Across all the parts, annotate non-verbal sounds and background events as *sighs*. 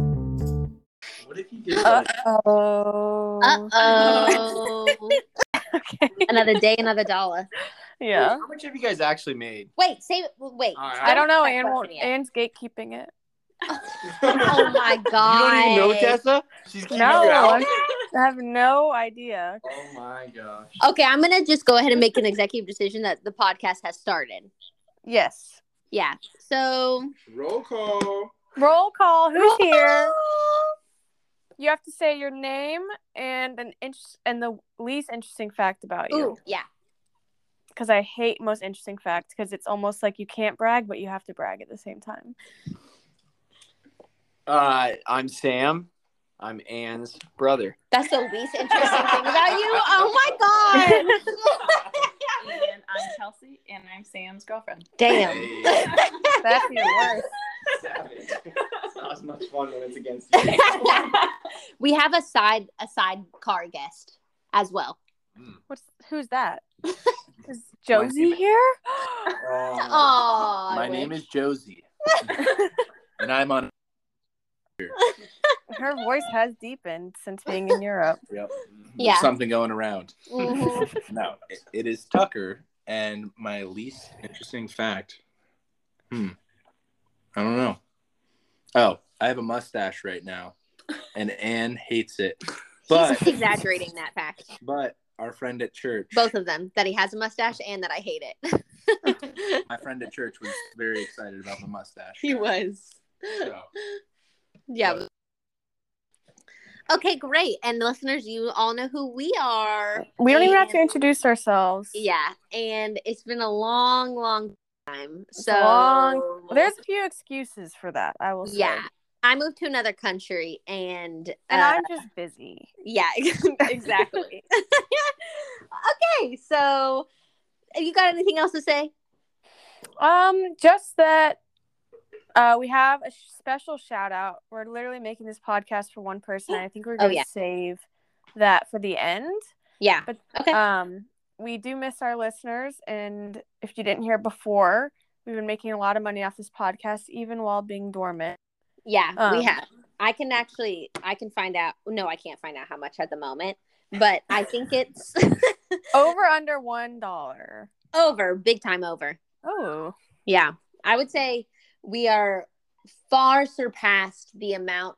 What if you did Uh like, oh. Uh oh. Okay. another day, another dollar. Yeah. how much have you guys actually made? Wait, say wait. All right. I don't know. Stop Anne won't, questioning it. Anne's gatekeeping it. *laughs* Oh *laughs* my You god. don't even know Tessa? She's keeping No, you out. *laughs* I'm- I have no idea. Oh my gosh. Okay, I'm gonna just go ahead and make an executive decision that the podcast has started. Yes. Yeah. So Roll call. Roll call. Who's here? Oh, You have to say your name and an inch and the least interesting fact about you. Ooh, yeah. Because I hate most interesting facts because it's almost like you can't brag, but you have to brag at the same time. Uh, I'm Sam. I'm Anne's brother. That's the least interesting thing about *laughs* you. Oh my god. and I'm Chelsea, and I'm Sam's girlfriend. Damn. *laughs* That's even worse. Savage. It's not as much fun when it's against you. we have a side a sidecar guest as well. What's who's *laughs* that? Is Josie here? Oh. Oh, My name *laughs* is Josie, and I'm on. Her voice has deepened since being in Europe. Yep. Yeah. Something going *laughs* around. hmm No, it, it is Tucker, and my least interesting fact. Hmm. I don't know. Oh, I have a mustache right now, and Anne hates it. *laughs* But He's exaggerating that fact. but our friend at church, Both of them that he has a mustache and that I hate *laughs* it. my friend at church was very excited about the mustache. he was. So, Yeah. Okay, great. And listeners, you all know who we are. We don't even have to And- introduce ourselves. Yeah, and it's been a long, long time. It's So a long- There's a few excuses for that. I will say. yeah. I moved to another country, and And uh, I'm just busy. yeah, *laughs* exactly. okay, so you got anything else to say? Um, just that uh, we have a sh- special shout out. We're literally making this podcast for one person. I think we're Oh, going to yeah. save that for the end. Yeah. But okay. Um, we do miss our listeners, and if you didn't hear before, we've been making a lot of money off this podcast, even while being dormant. Yeah, Um, we have. I can actually, I can find out. No, I can't find out how much at the moment, but I think it's *laughs* Over under one dollar. over, big time over. Oh, Yeah, I would say we are far surpassed the amount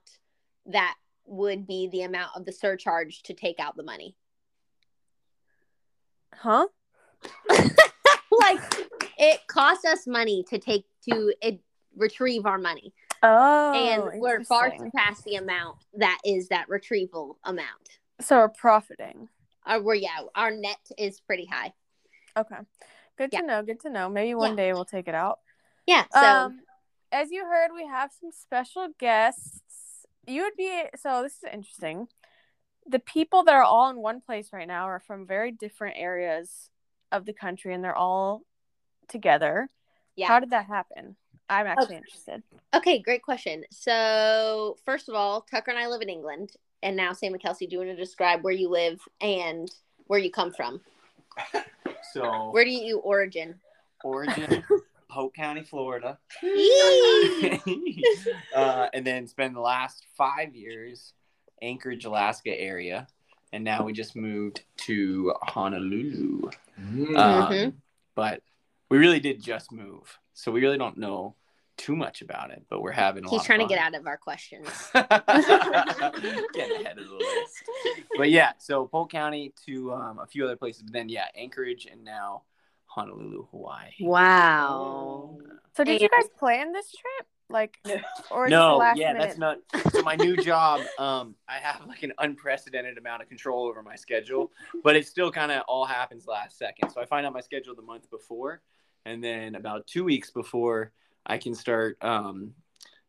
that would be the amount of the surcharge to take out the money. *laughs* huh? like it costs us money to take to it, retrieve our money, Oh, and we're far interesting. surpassed the amount that is that retrieval amount. so we're profiting. Our, we're yeah, our net is pretty high. Okay, good Yeah. to know. Good to know. Maybe one Yeah. day we'll take it out. Yeah. So um, as you heard, we have some special guests. You would be so. This is interesting. The people that are all in one place right now are from very different areas of the country, and they're all together. yeah. How did that happen? I'm actually interested. Okay, great question. So, first of all, Tucker and I live in England, and now Sam and Kelsey, do you want to describe where you live and where you come from? So, Where do you origin? origin, Polk County, Florida. *laughs* Yee! uh, and then spent the last five years Anchorage, Alaska area, and now we just moved to Honolulu. Uh, Um, Mhm. But we really did just move, so we really don't know too much about it. But we're having a He's trying to get out of our questions. *laughs* out. Getting ahead of the list. But yeah, so Polk County to um, a few other places, but then yeah, Anchorage and now Honolulu, Hawaii. Wow. So, did you guys plan this trip? Like, or just the no, last yeah, minute? that's not. So my new job, *laughs* um, I have like an unprecedented amount of control over my schedule, but it still kind of all happens last second. So I find out my schedule the month before, and then about two weeks before, I can start um,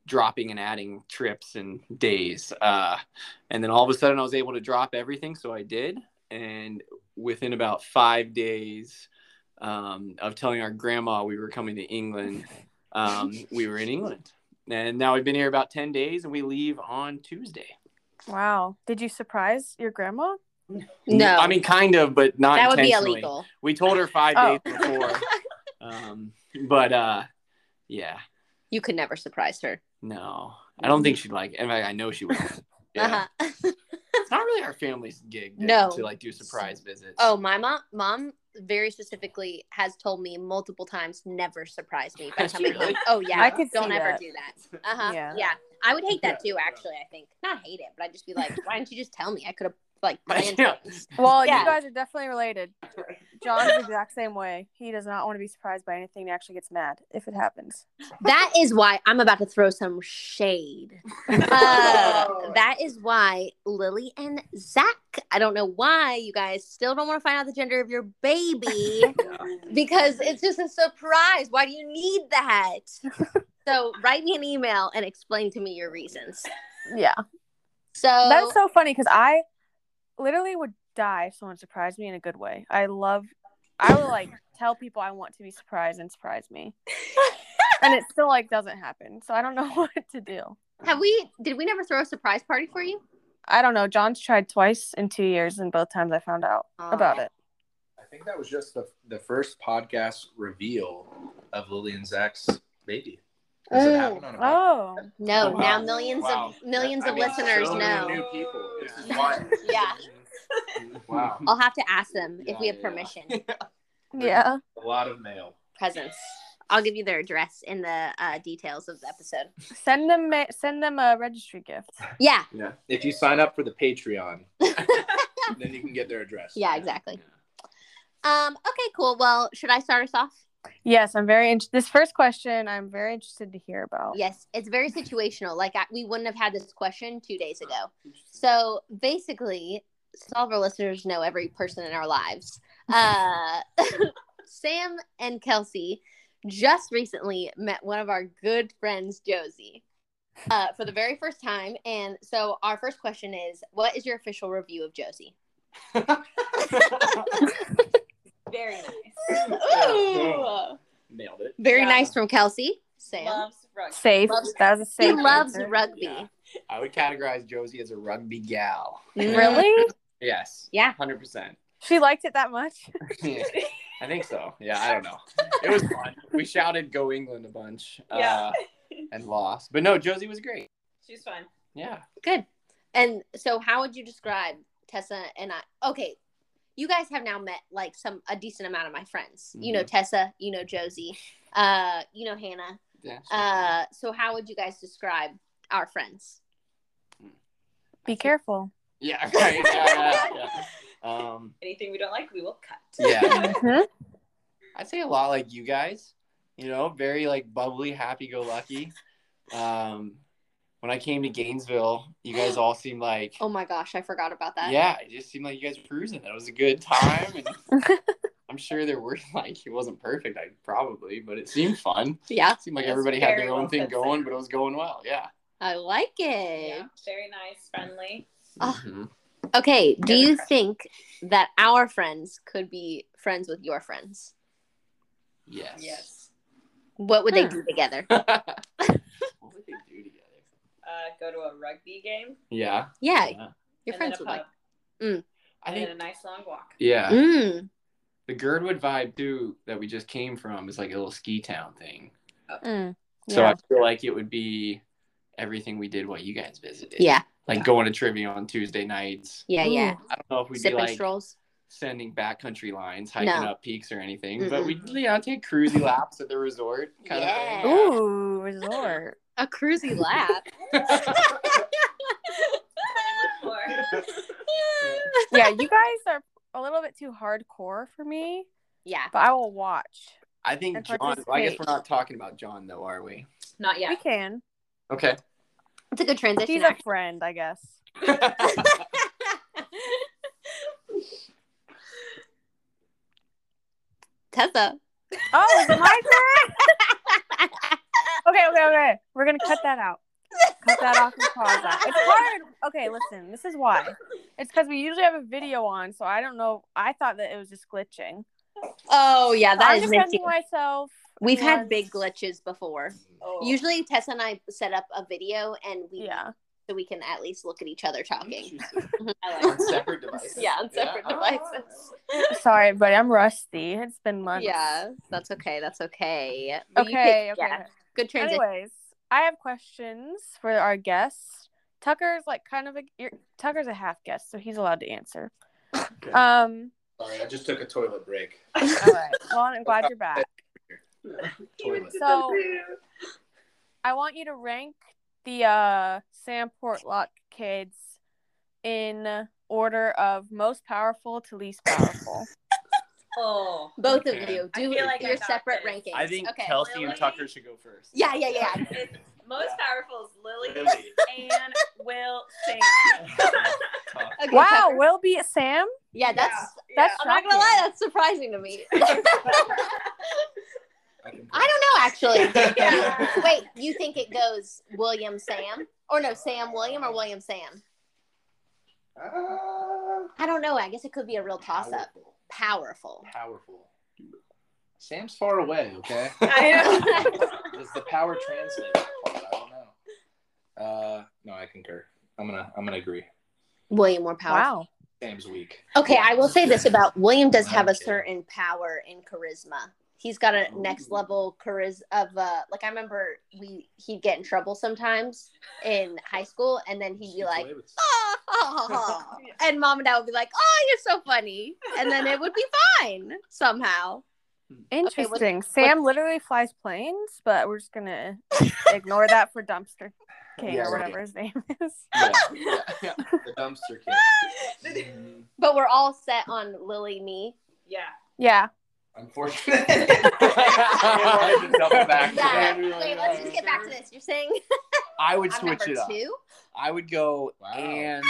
dropping and adding trips and days. Uh, and then all of a sudden, I was able to drop everything, so I did. And within about five days um, of telling our grandma we were coming to England, um, we were in England and now we've been here about 10 days and we leave on tuesday wow. Did you surprise your grandma? No, i mean kind of but not that would be Oh. intentionally. illegal. *laughs* we told her five Oh. days before um, but uh Yeah. You could never surprise her. No, I don't think she'd like it. In fact, I know she would. *laughs* Yeah. Uh-huh. It's not really our family's gig to, No. to like do surprise visits. *laughs* oh, my mom, mom very specifically has told me multiple times never surprise me by Has she coming really? home. Oh yeah, I could don't see ever that. do that. Uh huh. Yeah. Yeah. I would hate that Yeah, too. yeah. Actually, I think not hate it, but I'd just be like, why didn't you just tell me? I could have *laughs* like Yeah. planned. things. Well, Yeah. you guys are definitely related. John's the exact same way. He does not want to be surprised by anything. He actually gets mad if it happens. That is why I'm about to throw some shade. Uh, that is why Lily and Zach. I don't know why you guys still don't want to find out the gender of your baby. because it's just a surprise. Why do you need that? so write me an email and explain to me your reasons. Yeah. So That's so funny because I literally would die if someone surprised me in a good way. I love, I would like tell people I want to be surprised and surprise *laughs* me. and it still like doesn't happen. So I don't know *laughs* what to do. have we? Did we never throw a surprise party for you? I don't know. John's tried twice in two years, and both times I found out about it. I think that was just the, the first podcast reveal of Lily and Zach's baby. Does it Mm. happen on a podcast? Oh, No, Wow. now millions Wow. of millions I of mean, listeners so know. many New people. This is wild. Yeah. Wow. I'll have to ask them if Yeah, we have yeah. permission. yeah. A lot of mail. Presents. I'll give you their address in the uh, details of the episode. Send them, ma- send them a registry gift. Yeah, Yeah. If you sign up for the *laughs* Patreon, then you can get their address. yeah, exactly. Um, okay, cool. Well, should I start us off? Yes, I'm very. In- this first question, I'm very interested to hear about. Yes, it's very situational. Like I, we wouldn't have had this question two days ago. *laughs* So basically, all of our listeners know every person in our lives. Uh, *laughs* Sam and Kelsey just recently met one of our good friends, Josie, uh, for the very first time. And so our first question is, what is your official review of Josie? *laughs* Very nice. Ooh! Nailed it. Very Yeah. nice from Kelsey. Sam. Loves rugby. Safe. Loves- that was a he safe. loves answer. rugby. Yeah. I would categorize Josie as a rugby gal. Really? Yes. Mm-hmm. Yeah. Hundred percent. She liked it that much. *laughs* I think so. Yeah, I don't know. It was fun. We shouted "Go England" a bunch. Yeah. uh, and lost, but no, Josie was great. She's fun. Yeah. Good. And so, how would you describe Tessa and I? Okay, you guys have now met like some a decent amount of my friends. You know Tessa. You know Josie. Uh, you know Hannah. Yeah. Uh, so how would you guys describe our friends? Be careful. yeah. *laughs* Right. Yeah, yeah, yeah. Um. Anything we don't like, we will cut. *laughs* Yeah. Mhm. I'd say a lot like you guys, you know, very like bubbly, happy go lucky. Um, when I came to Gainesville, you guys all seemed like, Oh my gosh, I forgot about that. yeah, it just seemed like you guys were cruising. That was a good time. *laughs* And I'm sure there were like, it wasn't perfect, I probably, but it seemed fun. Yeah, It seemed like It was everybody had very their own well thing said, going, Sam. but it was going well. Yeah. I like it. Yeah. Very nice, friendly. Ah. Mhm. Okay, do Yeah, you they're think that our friends could be friends with your friends? Yes. Yes. What would they Hmm. do together? what would they do together? Uh, go to a rugby game. Yeah. Yeah, yeah. your and friends then would a like. pub, I and then a think, nice long walk. yeah. Mm. The Girdwood vibe too that we just came from is like a little ski town thing. Mm. So Yeah. I feel like it would be everything we did while you guys visited. Yeah, Like going to trivia on Tuesday nights. yeah, yeah. I don't know if we'd Sipping be like strolls. sending backcountry lines, hiking No. up peaks or anything, but Mm-mm. we'd you know, take cruisy laps at the resort. Kind Yeah. Of thing. Ooh, resort. A cruisy lap. That's what I look for. yeah, you guys are a little bit too hardcore for me, yeah. but I will watch. I think And John, well, I guess participate. we're not talking about John though, are we? Not We yet. can. Okay. *laughs* It's a good transition. He's a friend, I guess. Tessa. Oh, is it my turn? *laughs* Okay, okay, okay. We're gonna cut that out. Cut that off and pause that. It's hard. Okay, listen. This is why. It's because we usually have a video on, so I don't know. I thought that it was just glitching. *laughs* oh yeah, that I'm is defending messy. myself. We've had was- big glitches before. Oh. Usually Tessa and I set up a video and we Yeah. so we can at least look at each other talking. Interesting. Oh, I like on separate devices. Yeah, on separate devices. Sorry, buddy. I'm rusty. It's been months. Yeah, that's okay. That's okay. But you Okay. picked- Okay. yeah, okay. good transition. Anyways, I have questions for our guest. Tucker's like kind of a you're, Tucker's a half guest, so he's allowed to answer. Okay. *laughs* Um. Sorry, I just took a toilet break. All right. Well, I'm glad you're back. Toilet. So I want you to rank the uh, Sam Portlock kids in order of most powerful to least powerful. Oh. Both of Okay. you I do feel like I your got separate this. rankings. I think okay. Kelsey and Lily. Tucker should go first. Yeah, yeah, yeah. It's most powerful is Lily Lily. *laughs* and Will Sam. *laughs* Okay, wow, Tucker. will be Sam. Yeah, that's. That's- I'm not gonna lie, that's surprising to me. I don't know actually. *laughs* Yeah. Wait, you think it goes William Sam or no Sam William or William Sam? I don't know. I guess it could be a real toss up. Powerful. Powerful. *laughs* Powerful. Sam's far away, okay? I know. Does the power *laughs* translate that far? I don't know. Uh, no, I concur. I'm gonna, I'm gonna agree. William more powerful. Wow. Sam's weak. Okay, I will say this about William does have a Okay. certain power and charisma. He's got Oh. a next level charisma of uh like I remember we he'd get in trouble sometimes in high school and then he'd be like "Ah, ha, ha, *laughs* ha." and mom and dad would be like, "Oh, you're so funny," and then it would be fine somehow. Interesting. Sam literally flies planes, but we're just *laughs* gonna ignore that for Dumpster King Yeah, or right. whatever his name *laughs* is. yeah, yeah, yeah. the dumpster kid. Mhm. But we're all set on Lily, me. yeah. Yeah. *laughs* Unfortunate. *laughs* I wanted to double back to Yeah. that. Wait, let's just get back to this. You're saying I would I'm switch number it up. two. I would go Wow. *laughs* Anne,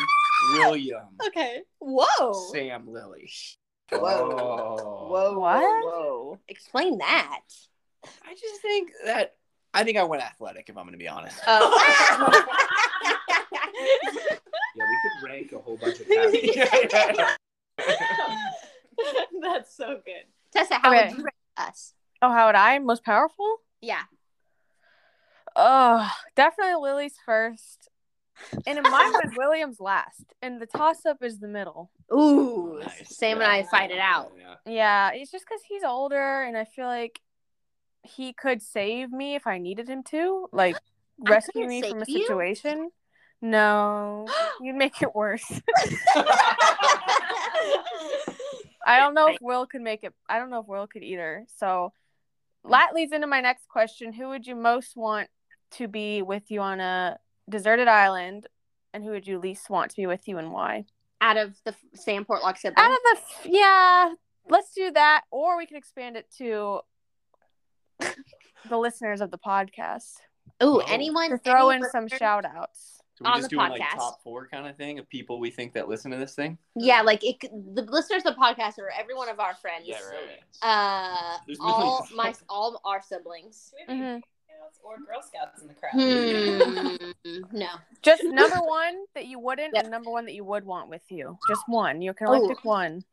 William, Okay. Whoa. Sam, Lily. Whoa. Whoa. Oh, What? Whoa. Explain that. I just think that I think I went athletic. If I'm going to be honest. Oh. Yeah, we could rank a whole *laughs* bunch of categories. *laughs* That's so good. Tessa, how Okay. would you rate us? Oh, how would I? Most powerful? Yeah. Oh, definitely Lily's first. And in my *laughs* mind, William's last. And the toss up is the middle. Ooh. *laughs* Nice. Oh, Sam and I fight it out. *laughs* Yeah. Yeah, it's just because he's older, and I feel like he could save me if I needed him to, like I rescue couldn't me save from a you. situation. *gasps* No, you'd make it worse. I don't know if Will could make it. I don't know if Will could either. So that leads into my next question: Who would you most want to be with you on a deserted island, and who would you least want to be with you, and why? Out of the f- Sam Portlock siblings. Out of the f- yeah, let's do that, or we can expand it to *laughs* the listeners of the podcast. Ooh, Oh. anyone to throw any in some listener- shout outs. So we're On just the doing like podcast. top four kind of thing of people we think that listen to this thing. Yeah, like it, c- the listeners of the podcast are every one of our friends. Uh, There's all *laughs* millions. my all our siblings. Mhm. Or Girl Scouts in the crowd. Hmm. *laughs* No. *laughs* Just *laughs* number one that you wouldn't, Yeah. and number one that you would want with you. Just one. You can only Oh. pick one.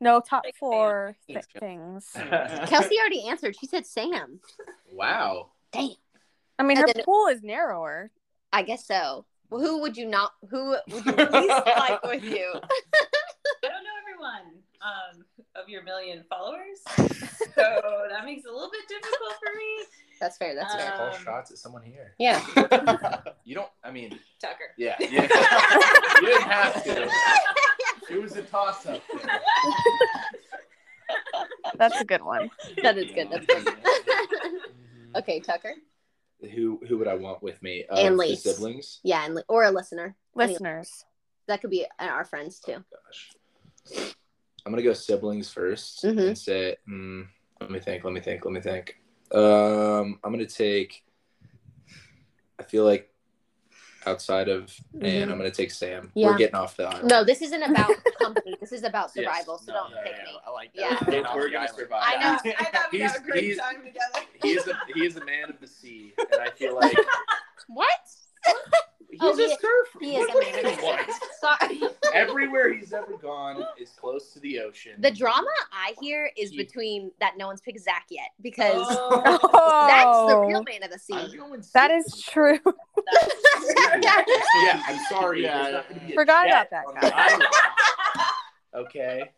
No top Big fan. four thi- Thanks, Kel. things. Kelsey already answered. She said Sam. Wow. Damn. I mean, her And then- pool is narrower. I guess so. Well, who would you not? Who would you least like with you? I don't know everyone um, of your million *laughs* followers, so that makes it a little bit difficult for me. That's fair. That's Let's fair. call Um, shots at someone here. Yeah. *laughs* You don't. I mean, Tucker. *laughs* yeah. yeah. you didn't have to. It was a toss-up. That's a good *laughs* one. That is good. *laughs* That's good. okay, Tucker. Who who would I want with me? Uh, And the Lise. siblings. Yeah, and or a listener. Listeners. That could be uh, our friends too. Gosh. I'm gonna go siblings 1st Mhm. and say. Mm, let me think. Let me think. Let me think. Um, I'm gonna take. I feel like outside of and I'm gonna take Sam. Mm-hmm. Yeah. We're getting off the island. No, this isn't *laughs* about company. This is about Yes. survival. So No, don't yeah, pick yeah, me. I like Yeah. that. We're gonna survive. I know. *laughs* I thought we He's- had a great he's- time together. He is a he is a man of the sea, and I feel like What? *laughs* he's Oh, a he- surfer. He is What do you amazing. want? *laughs* Sorry. Everywhere he's ever gone is close to the ocean. The drama I hear is He- between that no one's picked Zach yet because Oh. that's the real Oh, man of the I'm sea. going sea. that is true. *laughs* That was- Yeah, I'm sorry. Yeah, There's yeah. not gonna be a Forgot chat about that on guy. the island. okay.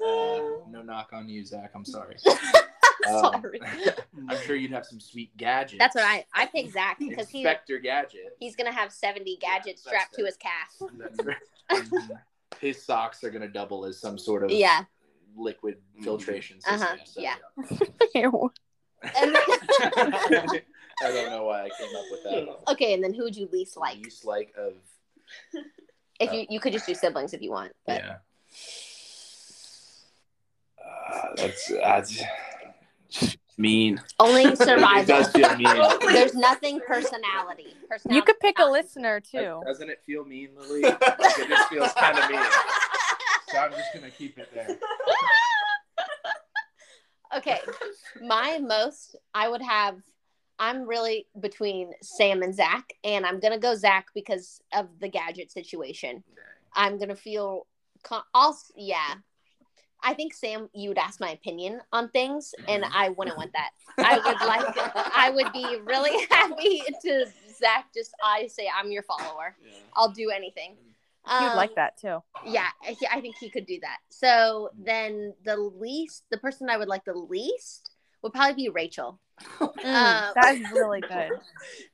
Uh, no knock on you, Zach. I'm sorry. *laughs* Um, Sorry. *laughs* I'm sure you'd have some sweet *laughs* gadgets. That's what I I pick Zach because he Inspector Gadget. he's gonna have seventy gadgets that's strapped to fair. his calf. *laughs* That's right. *laughs* Mhm. His socks are gonna double as some sort of Yeah. liquid filtration system. Uh-huh, So, yeah. *laughs* Ew. And then- *laughs* I don't know why I came up with that. okay, and then who would you least like? Least like of If you you could just do siblings if you want, but yeah. Uh, that's that's Mean. only survival. *laughs* It does feel mean. There's nothing personality. personality. You could pick a listener too. Doesn't it feel mean, *laughs* Lily? Like, it just feels kind *laughs* of mean. So I'm just gonna keep it there. Okay, my most I would have. I'm really between Sam and Zach, and I'm gonna go Zach because of the gadget situation. I'm gonna feel. Con- also, yeah, I think Sam, you would ask my opinion on things, and I wouldn't want that. I would like. I would be really *laughs* happy to Zach. Just I say I'm your follower. I'll do anything. You'd Um, like that too. yeah I, thi- I think he could do that so then the least the person i would like the least would probably be rachel Mm, That's really good.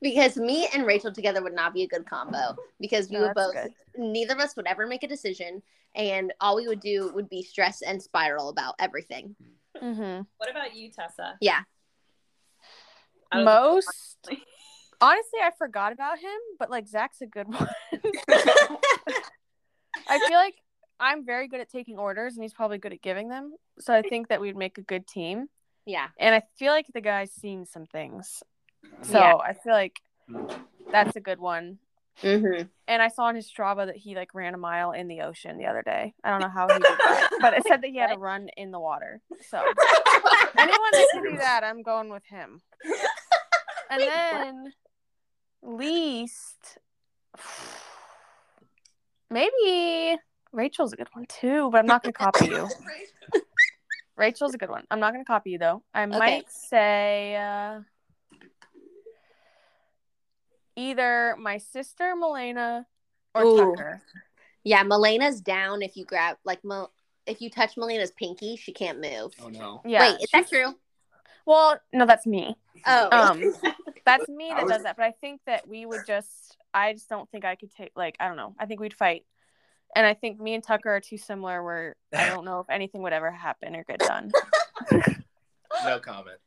because me and rachel together would not be a good combo because we No, would that's both good. neither of us would ever make a decision and all we would do would be stress and spiral about everything hmm What about you, Tessa? Yeah. I don't know. Most honestly, I forgot about him, but like Zach's a good one. *laughs* I feel like I'm very good at taking orders, and he's probably good at giving them. So I think that we'd make a good team. yeah And I feel like the guy's seen some things, so Yeah. I feel like that's a good one. mm-hmm. And I saw on his Strava that he like ran a mile in the ocean the other day. I don't know how he did that, but it said that he had to run in the water. So anyone that can do that, I'm going with him. And then least, *sighs* maybe Rachel's a good one too, but I'm not going to copy you. Rachel's a good one. I'm not going to copy you though. I might say uh, either my sister Milena or Ooh. Tucker. *laughs* yeah melena's down if you grab like Mel- if you touch melena's pinky she can't move Oh no. Yeah. wait is *laughs* that true Well, no, that's me. oh Um, that's me I that was- does that. But I think that we would just. I just don't think I could take. Like I don't know. I think we'd fight. And I think me and Tucker are too similar. Where *laughs* I don't know if anything would ever happen or get done. No comment.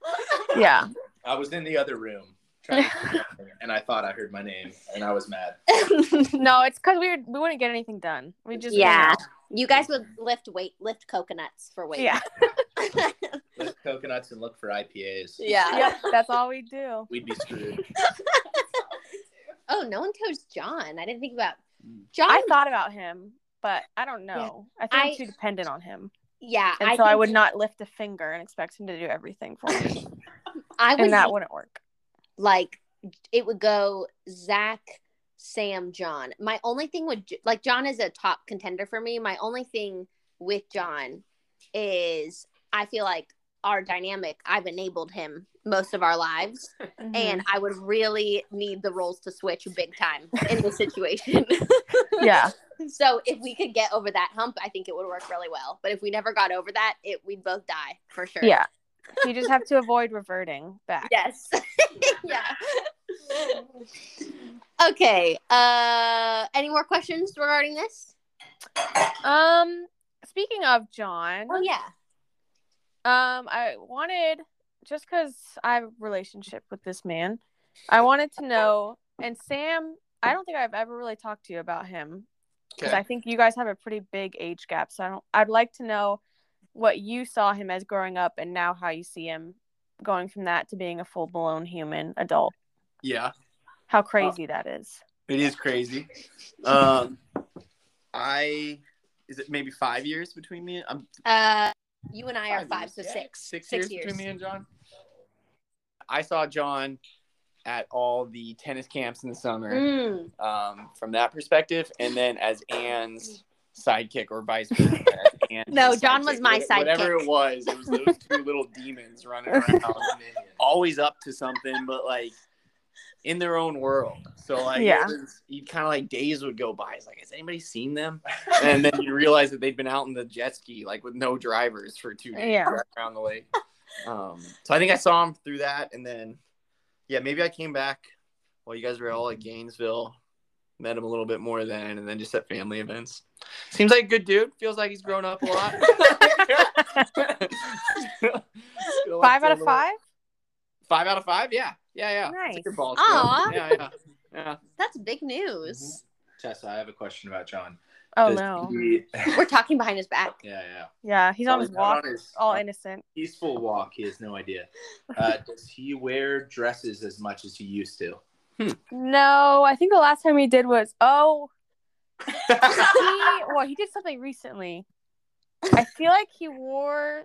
Yeah. I was in the other room trying to do something, and I thought I heard my name, and I was mad. Oh. *laughs* No, it's because we would, we wouldn't get anything done. We just Yeah. you guys would lift weight lift coconuts for weight *laughs* Yeah. Lift coconuts and look for IPAs. Yeah. Yep. That's all we do. We'd be screwed. Oh, no one chose John. I didn't think about John. I thought about him, but I don't know. I think I, Um, I- am too dependent on him, yeah, and so I think would not lift a finger and expect him to do everything for *laughs* me, I would and that be- wouldn't work. like it would go Zach, Sam, John. My only thing would like John is a top contender for me. My only thing with John is I feel like our dynamic. I've enabled him most of our lives, Mm-hmm. and Mm. I would really need the roles to switch big time in this situation. *laughs* Mhm. *laughs* yeah, So if we could get over that hump, I think it would work really well. But if we never got over that, it we'd both die for sure. yeah. You just have to avoid reverting back. Yes. *laughs* yeah. Okay. Uh any more questions regarding this? Um, speaking of John, Oh yeah. um, I wanted just because I have a relationship with this man, I wanted to know. And Sam, I don't think I've ever really talked to you about him because I think you guys have a pretty big age gap. So I don't. I'd like to know what you saw him as growing up, and now how you see him going from that to being a full blown human adult. Yeah. How crazy that is. It is crazy. Um, I is it maybe five years between me? I'm Uh you and I are five, years, so yeah. six. Six, years, between me and John. I saw John at all the tennis camps in the summer Mm. um, from that perspective, and then as Anne's sidekick or vice versa. as No, Anne's John was my What- Whatever sidekick. it was, it was *laughs* those two little demons running around, always up to something, but like in their own world. So like, Yeah. you kind of like days would go by. It's like, has anybody seen them? And then you realize that they've been out in the jet ski like with no drivers for two days Yeah. right around the lake. Um, so I think I saw them through that, and then yeah, maybe I came back while you guys were all at Gainesville. Met him a little bit more then, and then just at family events. Seems like a good dude. Feels like he's grown up a *laughs* lot. Feel like Five out a of little- five? Five out of five. Yeah. Yeah. Yeah. That's a Nice. good ball score. Aw. Yeah. Yeah. Yeah. That's big news. Tessa, I have a question about John. Oh, Does no. he- We're talking behind his back. yeah, yeah. Yeah, he's on his Probably not walk, on his- all innocent. peaceful walk. He has no idea. Uh, *laughs* does he wear dresses as much as he used to? No, I think the last time he did was, oh, he, well, he did something recently. I feel like he wore,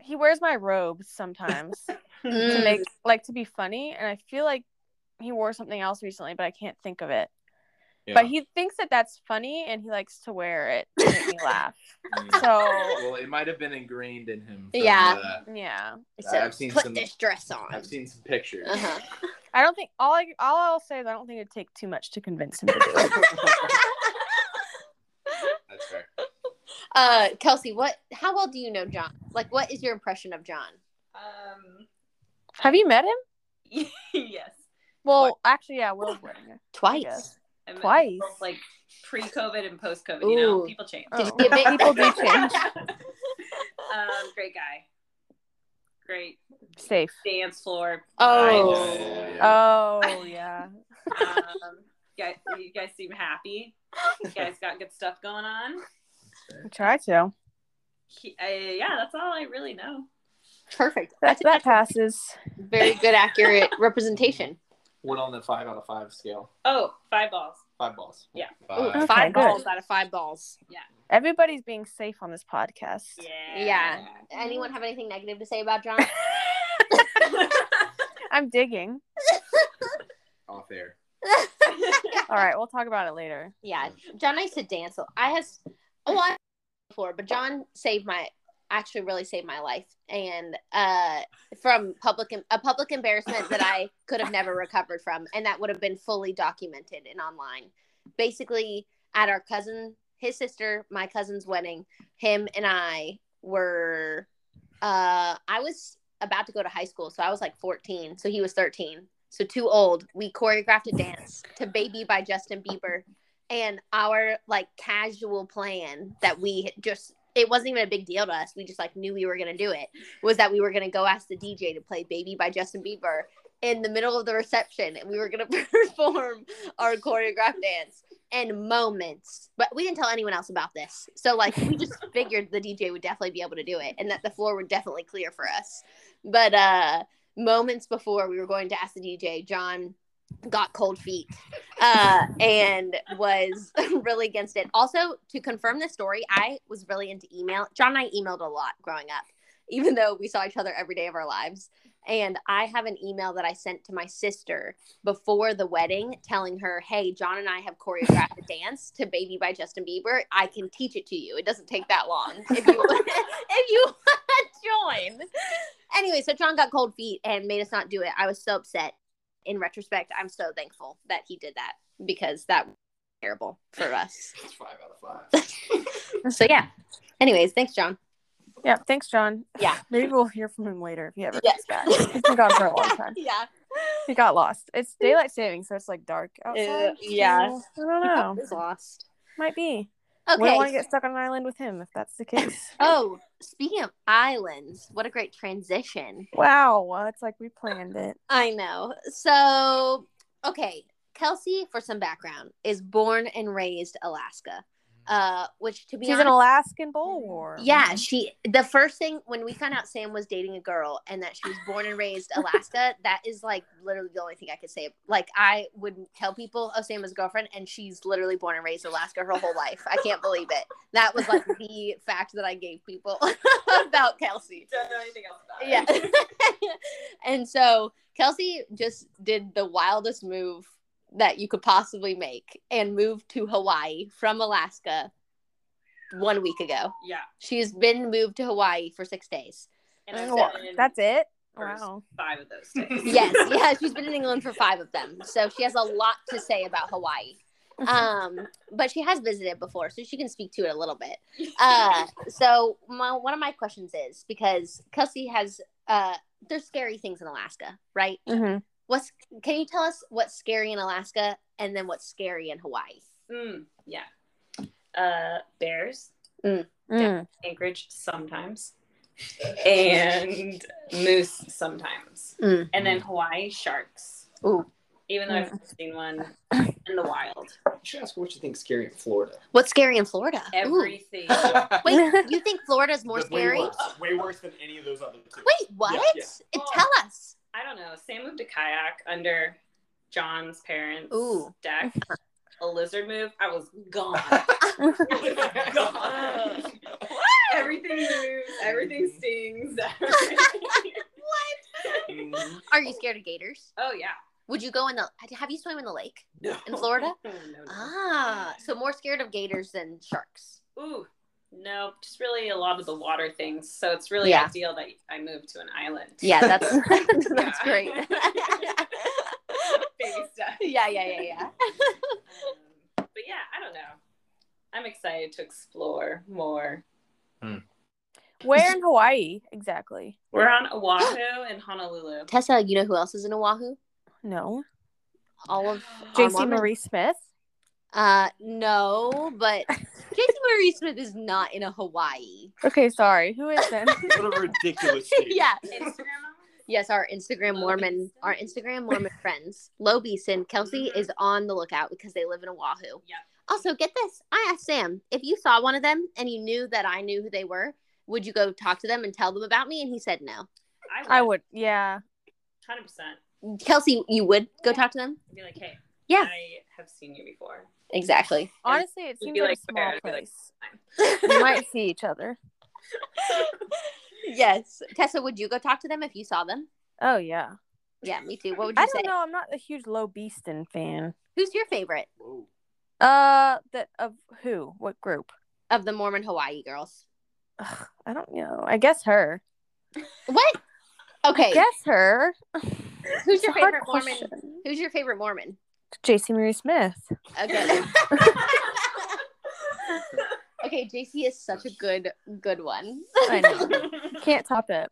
he wears my robes sometimes to Mm. make, like, to be funny. And I feel like he wore something else recently, but I can't think of it. Yeah. But he thinks that that's funny and he likes to wear it to make me laugh. Mm. So, well, it might have been ingrained in him. from, Yeah. uh, yeah. So *laughs* I've seen put some- this dress on. I've seen some pictures. Uh-huh. *laughs* I don't think all I all I'll say is I don't think it'd take too much to convince him to do it. That's fair. Uh, Kelsey, what? How well do you know John? Like, what is your impression of John? *laughs* Um, *laughs* Have you met him? yes. Well, actually, yeah, Will's wedding. it. Twice. guess. I met Twice. people, Like pre COVID and post COVID, you know, Ooh. people change. Oh. Did he get People *laughs* big? do *laughs* change. Um, great guy. Great Safe. dance floor. oh, Yeah, yeah, Oh yeah. Um, *laughs* you, guys, you guys seem happy. You guys got good stuff going on. I try to. He, uh, yeah, that's all I really know. perfect. That that That's passes. very good, accurate representation. One on the five out of five scale. Oh, five balls. Five balls. yeah. Ooh, Five. Okay, five good. balls out of five balls. Everybody's being safe on this podcast. Yeah. Yeah. Anyone have anything negative to say about John? I'm digging. Off air. All right, we'll talk about it later. yeah, John I used to dance. a- I has well I before, but John saved my actually really saved my life and uh from public em- a public embarrassment that I could have never recovered from, and that would have been fully documented and online. Basically, at our cousin, his sister, my cousin's wedding, him and I were. Uh, I was about to go to high school, so I was like 14, so he was 13, so too old. We choreographed a dance to "Baby" by Justin Bieber, and our like casual plan that we just it wasn't even a big deal to us. We just like knew we were gonna do it was that we were gonna go ask the DJ to play "Baby" by Justin Bieber in the middle of the reception, and we were gonna *laughs* perform our choreographed dance and moments. But we didn't tell anyone else about this, so like we just figured the DJ would definitely be able to do it, and that the floor would definitely clear for us. But uh, moments before we were going to ask the DJ, John got cold feet uh, and was *laughs* really against it. Also, to confirm this story, I was really into email. John and I emailed a lot growing up, even though we saw each other every day of our lives. And I have an email that I sent to my sister before the wedding telling her, hey, John and I have choreographed a dance to Baby by Justin Bieber. I can teach it to you. It doesn't take that long if you, *laughs* if you *laughs* want to join. Anyway, so John got cold feet and made us not do it. I was so upset in retrospect, I'm so thankful that he did that because that was terrible for us. *laughs* It's five out of five. so yeah. Anyways, thanks, *laughs* John. Yeah. Thanks, John. Yeah. *laughs* Maybe we'll hear from him later if he ever Yeah. gets back. He's been gone for a long time. Yeah. He got lost. It's daylight savings, so it's like dark outside. Uh, yeah. so I don't know. He's lost. Might be. Okay. Wouldn't want to get stuck on an island with him if that's the *laughs* case. oh, speaking of islands, what a great transition. wow. Well, it's like we planned it. I know. So, okay, Kelsey, for some background, is born and raised Alaska, uh, which to be She's honest, an Alaskan bulwarm. Yeah, she. The first thing when we found out Sam was dating a girl and that she was born and raised Alaska, that is like literally the only thing I could say. Like I would tell people, "Oh, Sam is a girlfriend," and she's literally born and raised Alaska her whole life. I can't believe it. That was like the fact that I gave people *laughs* about Kelsey. Don't know anything else about Yeah, *laughs* it. and so Kelsey just did the wildest move that you could possibly make and moved to Hawaii from Alaska one week ago. Yeah. She's been moved to Hawaii for six days. And I'm Well, seven. Oh, That's it. first Wow. five of those days. *laughs* yes, yeah, she's been in England for five of them, so she has a lot to say about Hawaii. Um, but she has visited before, so she can speak to it a little bit. Uh, so my, one of my questions is because Kelsey has uh, there's scary things in Alaska, right? Mm-hmm. What's can you tell us what's scary in Alaska and then what's scary in Hawaii? *laughs* Mm, yeah. Uh, bears, Mm. Anchorage sometimes, and moose sometimes, Mm. and then Hawaii sharks. Ooh. Even though I've never seen one *coughs* in the wild, You should ask what you think scary in *laughs* Florida. What's scary in Florida? Ooh. everything. Wait, you think Florida's more Way scary? worse. Way worse than any of those other *laughs* two. Wait, what? Yeah, It- Tell us. *laughs* I don't know. Sam moved a kayak under John's parents' Ooh. deck. A lizard move. I was *laughs* gone. God. everything moves. Everything stings. *laughs* What? Mhm. Are you scared of gators? oh yeah. Would you go in the? Have you swam in the lake? No. in Florida? Oh, *laughs* no, no. Ah, so more scared of gators than sharks. Ooh. No, just really a lot of the water things. So it's really Yeah. ideal that I moved to an island. *laughs* Yeah, that's *laughs* Yeah. that's *laughs* great. Baby stuff. yeah, yeah, yeah, yeah. Um, but yeah, I don't know. I'm excited to explore more. Where in Hawaii exactly? We're on Oahu and *laughs* *gasps* Honolulu. Tessa, you know who else is in Oahu? No. All of JC Um, Mormon. Marie Smith. *gasps* Uh, no, but *laughs* JC Marie Smith is not in a Hawaii. Okay, sorry. Who is *laughs* then? What a *laughs* ridiculous statement. *laughs* yeah. Instagram. Yes, our Instagram Mormon, our *laughs* Instagram Mormon friends, Lo Beeson, Kelsey Mm-hmm. is on the lookout because they live in Oahu. Yep. Also, get this. I asked Sam if you saw one of them and you knew that I knew who they were, would you go talk to them and tell them about me? And he said no. I would. Yeah. hundred percent. Kelsey, you would go talk to them? Be like, hey, Yeah. I have seen *laughs* you before. Exactly. Honestly, it seems be like a like, small okay, I'd be place. like, *laughs* we might see each other. Yes. Tessa, would you go talk to them if you saw them? Oh yeah. Yeah, me too. What would you I don't say? know. I'm not a huge Low Beaston fan. Who's your favorite Whoa. Uh, that of who? What group? of the Mormon Hawaii girls? Ugh, I don't know. I guess her. What? Okay. Guess her. Who's It's your a hard favorite Mormon? question. Who's your *laughs* favorite Mormon? J.C. Marie Smith. Okay. *laughs* okay, JC is such a good good one. *laughs* I *laughs* know. Can't top it.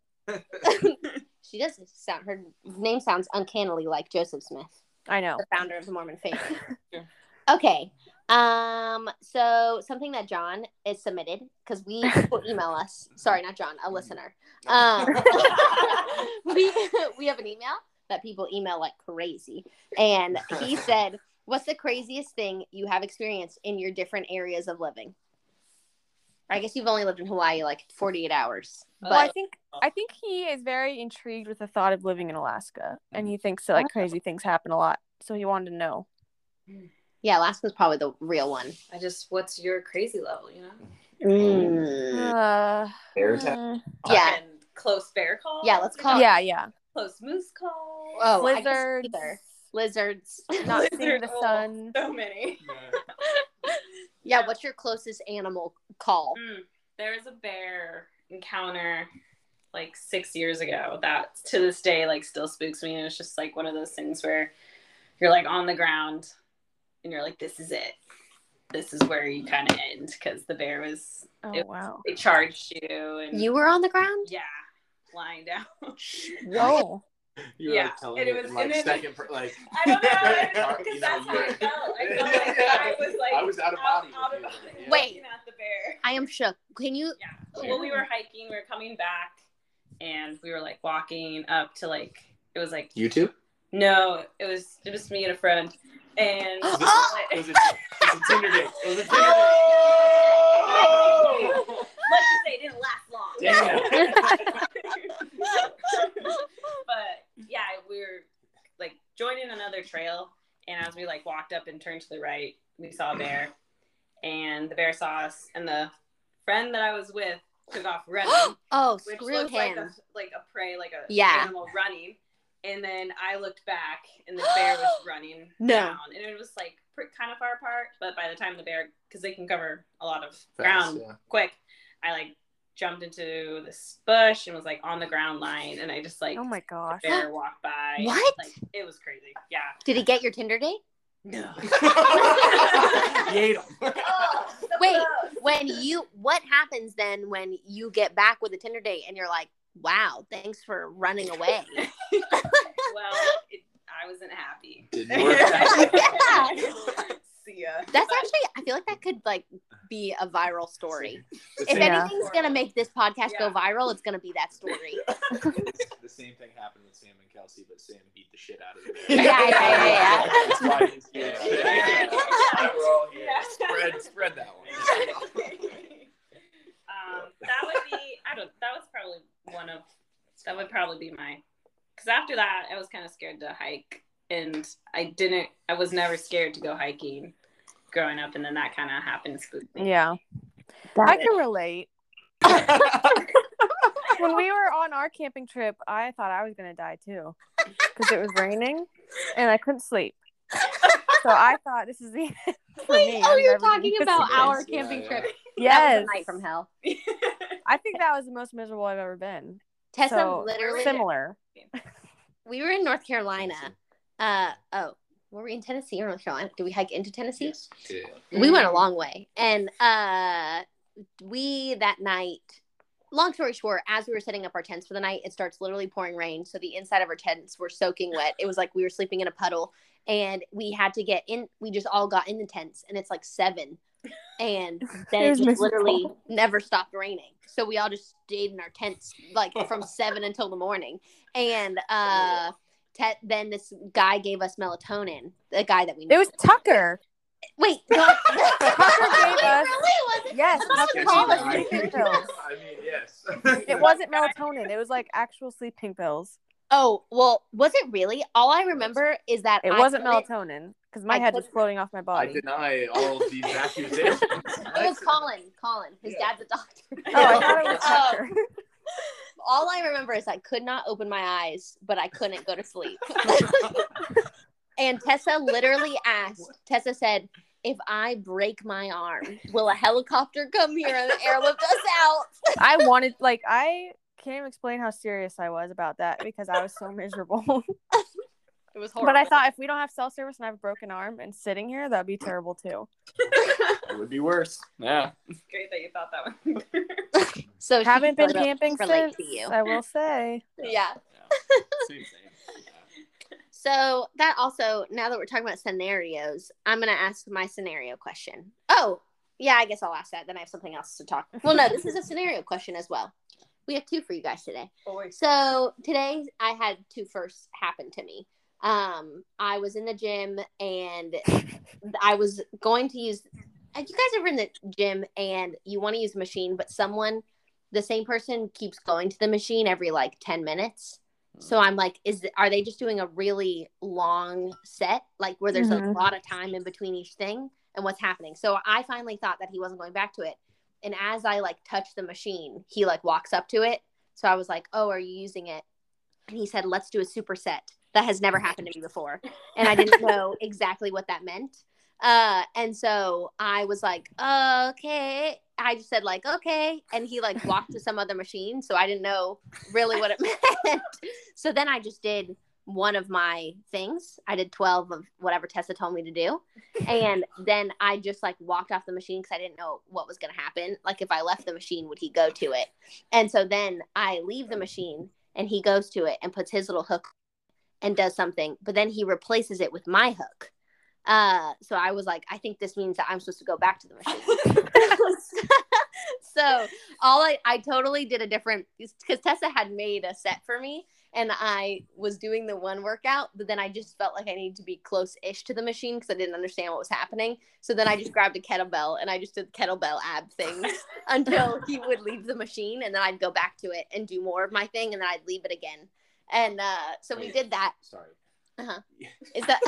she does sound her name sounds uncannily like Joseph Smith, I know. the founder of the Mormon faith. Yeah. okay. Um so something that John is submitted cuz we will email us. Sorry, not John, a listener. Um *laughs* we we have an email that people email like crazy. And he said, "What's the craziest thing you have experienced in your different areas of living?" I guess you've only lived in Hawaii like 48 hours. But well, I think I think he is very intrigued with the thought of living in Alaska, and he thinks that like crazy things happen a lot. So he wanted to know. yeah, last one's probably the real one. I just, what's your crazy level? You know, Uh, Mm-hmm. mm, Yeah. and close bear call. Yeah, let's you call- know? yeah, yeah. close moose call. Oh, I guess Blizzards, either. *laughs* Lizards. not seeing Lizard- the oh, sun. So many. yeah, what's your closest animal call? Mm, there was a bear encounter like six years ago that to this day like still spooks me and it's just like one of those things where you're like on the ground and you're like this is it this is where you kind of end because the bear was Oh It- wow. they charged you and You were on the ground? yeah lying down *laughs* Oh, You were Yeah, like telling and it, it was, was- like and then- second, per- like I don't know You because know, that's how I you- felt I felt like I was like I was out of body out, out of with body, you, yeah. Wait. looking at the bear I am shook. Can you Yeah. Well, we were hiking, we were coming back, and we were like walking up to like it was like You too? no, it was it was me and a friend, *gasps* and It was a- it was a- let's it was a Tinder date. It was a Tinder date. Oh! just say it didn't last long. *laughs* Damn. *laughs* but yeah, we were like joining another trail, and as we like walked up and turned to the right, we saw a bear, and the bear saw us, and the friend that I was with took off *gasps* running. *gasps* Oh, which screw looked like a, him. like a prey, like a Yeah. animal running. And then I looked back, and the bear was *gasps* running No. down, and it was like pretty, kind of far apart. But by the time the bear, because they can cover a lot of ground yeah. quick, I like jumped into this bush and was like on the ground line, and I just like Oh my gosh. the bear walked by. What? Like it was crazy. Yeah. *laughs* *laughs* Did he get your Tinder date? No. You ate 'em. Wait, when you what happens then when you get back with a Tinder date and you're like, wow, thanks for running *laughs* away. *laughs* well, it, I wasn't happy. *laughs* Didn't work out. Yeah. See ya. That's actually I feel like that could like be a viral story. The If same- Yeah. anything's gonna make this podcast go Yeah. viral, it's gonna be that story. the same thing happened with Sam and Kelsey, but Sam beat the shit out of him. Yeah, yeah, yeah, yeah. That's why he's here. Yeah. We're all here. Yeah. Spread, spread that one. um, that would be I don't that was probably one of that would probably be my because after that I was kind of scared to hike and I didn't I was never scared to go hiking growing up and then that kind of happened spooked *laughs* me. Yeah. I can relate. *laughs* when we were on our camping trip, I thought I was going to die too because it was raining and I couldn't sleep. So I thought this is the end for me. oh, I'm you're never doing talking this about again. our Yeah, camping yeah. trip. That was Yes. a night from hell. I think that was the most miserable I've ever been. Tessa So, literally Similar. we were in North Carolina. Uh oh, were we in Tennessee or North Carolina? Did we hike into Tennessee? Yes, we did. we went a Mm-hmm. long way and uh we that night long story short as we were setting up our tents for the night it starts literally pouring rain so the inside of our tents were soaking wet it was like we were sleeping in a puddle and we had to get in we just all got in the tents and it's like seven *laughs* and then It it, was just miserable. literally never stopped raining so we all just stayed in our tents like from seven until the morning and *laughs* uh te- then this guy gave us melatonin the guy that we knew It was Tucker. Wait, no. gave us- It really was. Yes, That's Tucker gave what you us like. sleeping pills. I mean, yes. It wasn't melatonin. It was like actual sleeping pills. *laughs* Oh well, was it really? All I remember is that It I wasn't put it- melatonin because my I head was couldn't- floating off my I body. deny all of these accusations. It was Colin. Colin, his dad's a doctor. *laughs* Oh, I thought it was Um, Tucker. *laughs* *laughs* all I remember is I could not open my eyes, but I couldn't go to *laughs* sleep. and Tessa literally asked. Tessa said, "If I break my arm, will a helicopter come here and airlift us out?" I wanted like I can't even explain how serious I was about that because I was so *laughs* miserable. It was horrible. but I thought if we don't have cell service and I have a broken arm and sitting here, that'd be terrible too. It would be worse. Yeah. Great that you thought that one. *laughs* so. she Haven't been showed up camping relate since. to you. I will say. Yeah. Same thing. So that also, now that we're talking about scenarios, I'm gonna ask my scenario question. Oh, yeah, I guess I'll ask that. Then I have something else to talk. Well, no, this is a scenario question as well. We have two for you guys today. Always. So today I had two firsts happen to me. Um, I was in the gym and I was going to use. Uh, You guys ever in the gym and you want to use a machine, but someone, the same person, keeps going to the machine every like ten minutes. So I'm like, is are they just doing a really long set, like where there's Mhm. a lot of time in between each thing, and what's happening? So I finally thought that he wasn't going back to it, and as I like touch the machine, he like walks up to it. So I was like, oh, are you using it? And he said, let's do a superset. That has never happened to me before, and I didn't know exactly what that meant. Uh, and so I was like, okay. I just said like, okay, and he like walked to some other machine, so I didn't know really what it *laughs* meant. so then I just did one of my things. I did 12 of whatever Tessa told me to do. And then I just like walked off the machine because I didn't know what was going to happen. Like, if I left the machine, would he go to it? And so then I leave the machine and he goes to it and puts his little hook and does something, but then he replaces it with my hook. Uh, so I was like, I think this means that I'm supposed to go back to the machine. *laughs* so all I, I totally did a different because Tessa had made a set for me and I was doing the one workout, but then I just felt like I needed to be close ish to the machine because I didn't understand what was happening. So then I just grabbed a kettlebell and I just did kettlebell ab things until he would leave the machine and then I'd go back to it and do more of my thing and then I'd leave it again. And uh, so we Wait. did that. Sorry. *laughs* Is that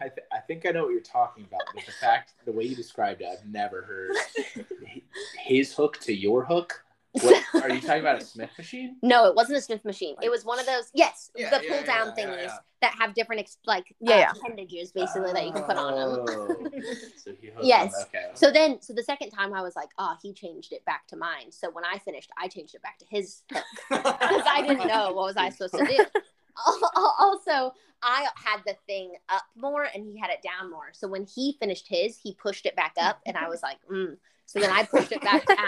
I, th- I think I know what you're talking about, but the fact, the way you described it, I've never heard. *laughs* His hook to your hook. What, are you talking about a Smith machine? no, it wasn't a Smith machine. It was one of those yes, Yeah, the yeah, pull down yeah, yeah, thingies. yeah. that have different ex- like Yeah, yeah. appendages basically that you can put Oh. on them. *laughs* so he hooked Yes. him, okay. So then, so the second time I was like, oh, he changed it back to mine. So when I finished, I changed it back to his *laughs* because I didn't know what was I supposed *laughs* to do. Al- al- Also, I had the thing up more and he had it down more. So when he finished his, he pushed it back up, and I was like, mm. so then I pushed it *laughs* back down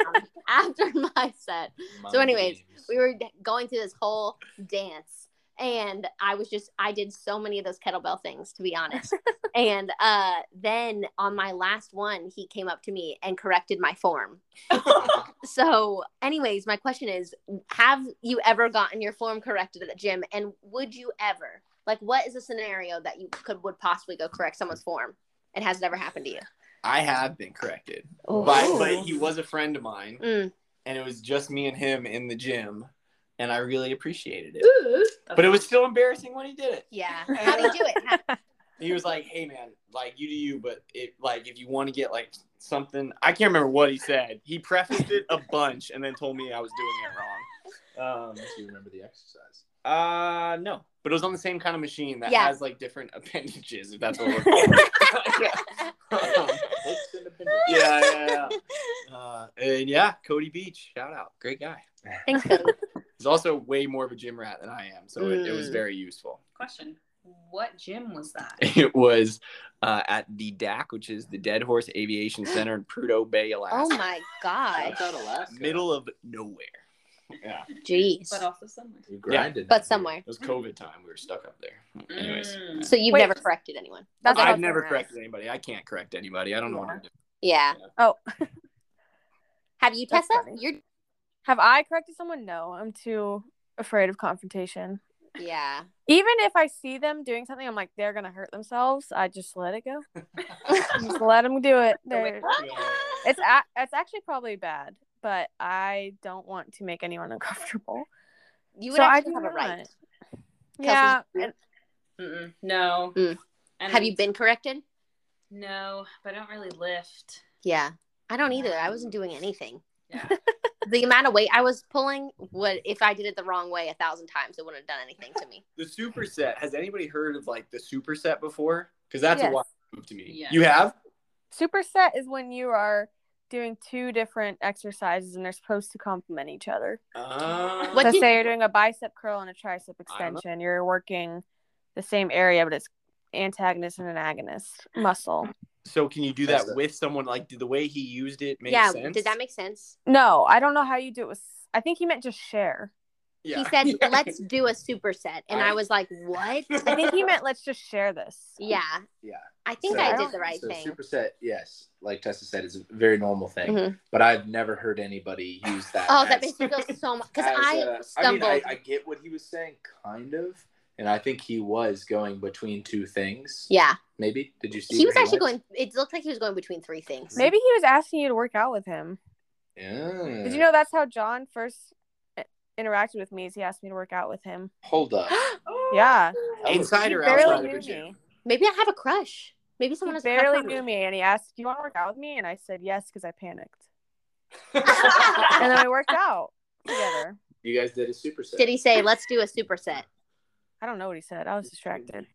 after my set. So anyways, We were d- going through this whole dance, and I was just I did so many of those kettlebell things to be *laughs* honest. and uh, then on my last one, he came up to me and corrected my *laughs* form. So, anyways, my question is Have you ever gotten your form corrected at the gym? And would you ever? Like, what is a scenario that you could would possibly go correct someone's form? It has never happened to you. I have been corrected, Ooh. but, but he was a friend of mine, Mm. and it was just me and him in the gym, and I really appreciated it. Ooh. But it was still embarrassing when he did it. Yeah. How do you do it? He was like, "Hey, man, like you do you, but it like if you want to get like something, I can't remember what he said. He prefaced it a bunch and then told me I was doing it wrong." Um, Do you remember the exercise? Uh, no. But it was on the same kind of machine that Yeah. has like different appendages, if that's what we're *laughs* *laughs* calling it. yeah. Hooks and appendages. yeah, yeah, yeah. Uh, and yeah, Cody Beach, shout out, great guy. Thanks, Cody. He's also way more of a gym rat than I am, so it, it was Mm. very useful. Question. What gym was that? *laughs* It was uh, at the DAC, which is the Dead Horse Aviation Center in Prudhoe Bay, Oh Alaska, my gosh. That's out Alaska. middle of nowhere. Yeah, it Jeez. But also somewhere. You grinded. But somewhere. was COVID time. We were stuck up there. Anyways, Mm. So you've Wait. never corrected anyone. That's I've awesome, never right? corrected anybody. I can't correct anybody. I don't know what I'm doing. Yeah. Oh. *laughs* Have you, That's Tessa? funny. You're Have I corrected someone? No, I'm too afraid of confrontation. yeah. Even if I see them doing something, I'm like, they're gonna hurt themselves. I just let it go. *laughs* just let them do it. They're- It's a- it's actually probably bad, but I don't want to make anyone *laughs* uncomfortable. You would So I actually do have a not. right. yeah, you- and- Mm-mm. No. Mm. And- Have you been corrected? No, but I don't really lift. Yeah. I don't either. I wasn't doing anything. *laughs* Yeah. the amount of weight I was pulling would if I did it the wrong way a thousand times, it wouldn't have done anything to me. The superset. Has anybody heard of like the superset before? Because that's Yes. a wild move to me. Yes. You have? superset is when you are doing two different exercises and they're supposed to complement each other. Uh, What so did- say you're doing a bicep curl and a tricep don't know. extension. You're working the same area, but it's antagonist and an agonist muscle. so can you do that That's it. with someone? Like, did the way he used it make yeah. sense? Did that make sense? No, I don't know how you do it with. I think he meant just share. *laughs* yeah. He said, Let's do a superset. And *laughs* I, I- was like, What? I think he meant let's just share this. yeah. Yeah. I think So- I did the right so thing. Superset, yes, like Tessa said, is a very normal thing. Mhm. But I've never heard anybody use that. oh, that as- makes me feel so much because as I a- stumbled. I mean, I, I get what he was saying, kind of, and I think he was going between two things. yeah. Maybe did you see? He where was actually going it looked like he was going between three things. Maybe he was asking you to work out with him. Yeah. Did you know that's how John first i- interacted with me? Is he asked me to work out with him? Hold *gasps* up. Yeah, Inside he or barely outside of knew the gym? me. Maybe I have a crush. Maybe someone He has a crush barely on me. knew me, and he asked, "Do you want to work out with me?" And I said yes because I panicked, Ooh. and then we worked out together. You guys did a *laughs* superset. Did he say, Let's do a superset? I don't know what he said. I was distracted.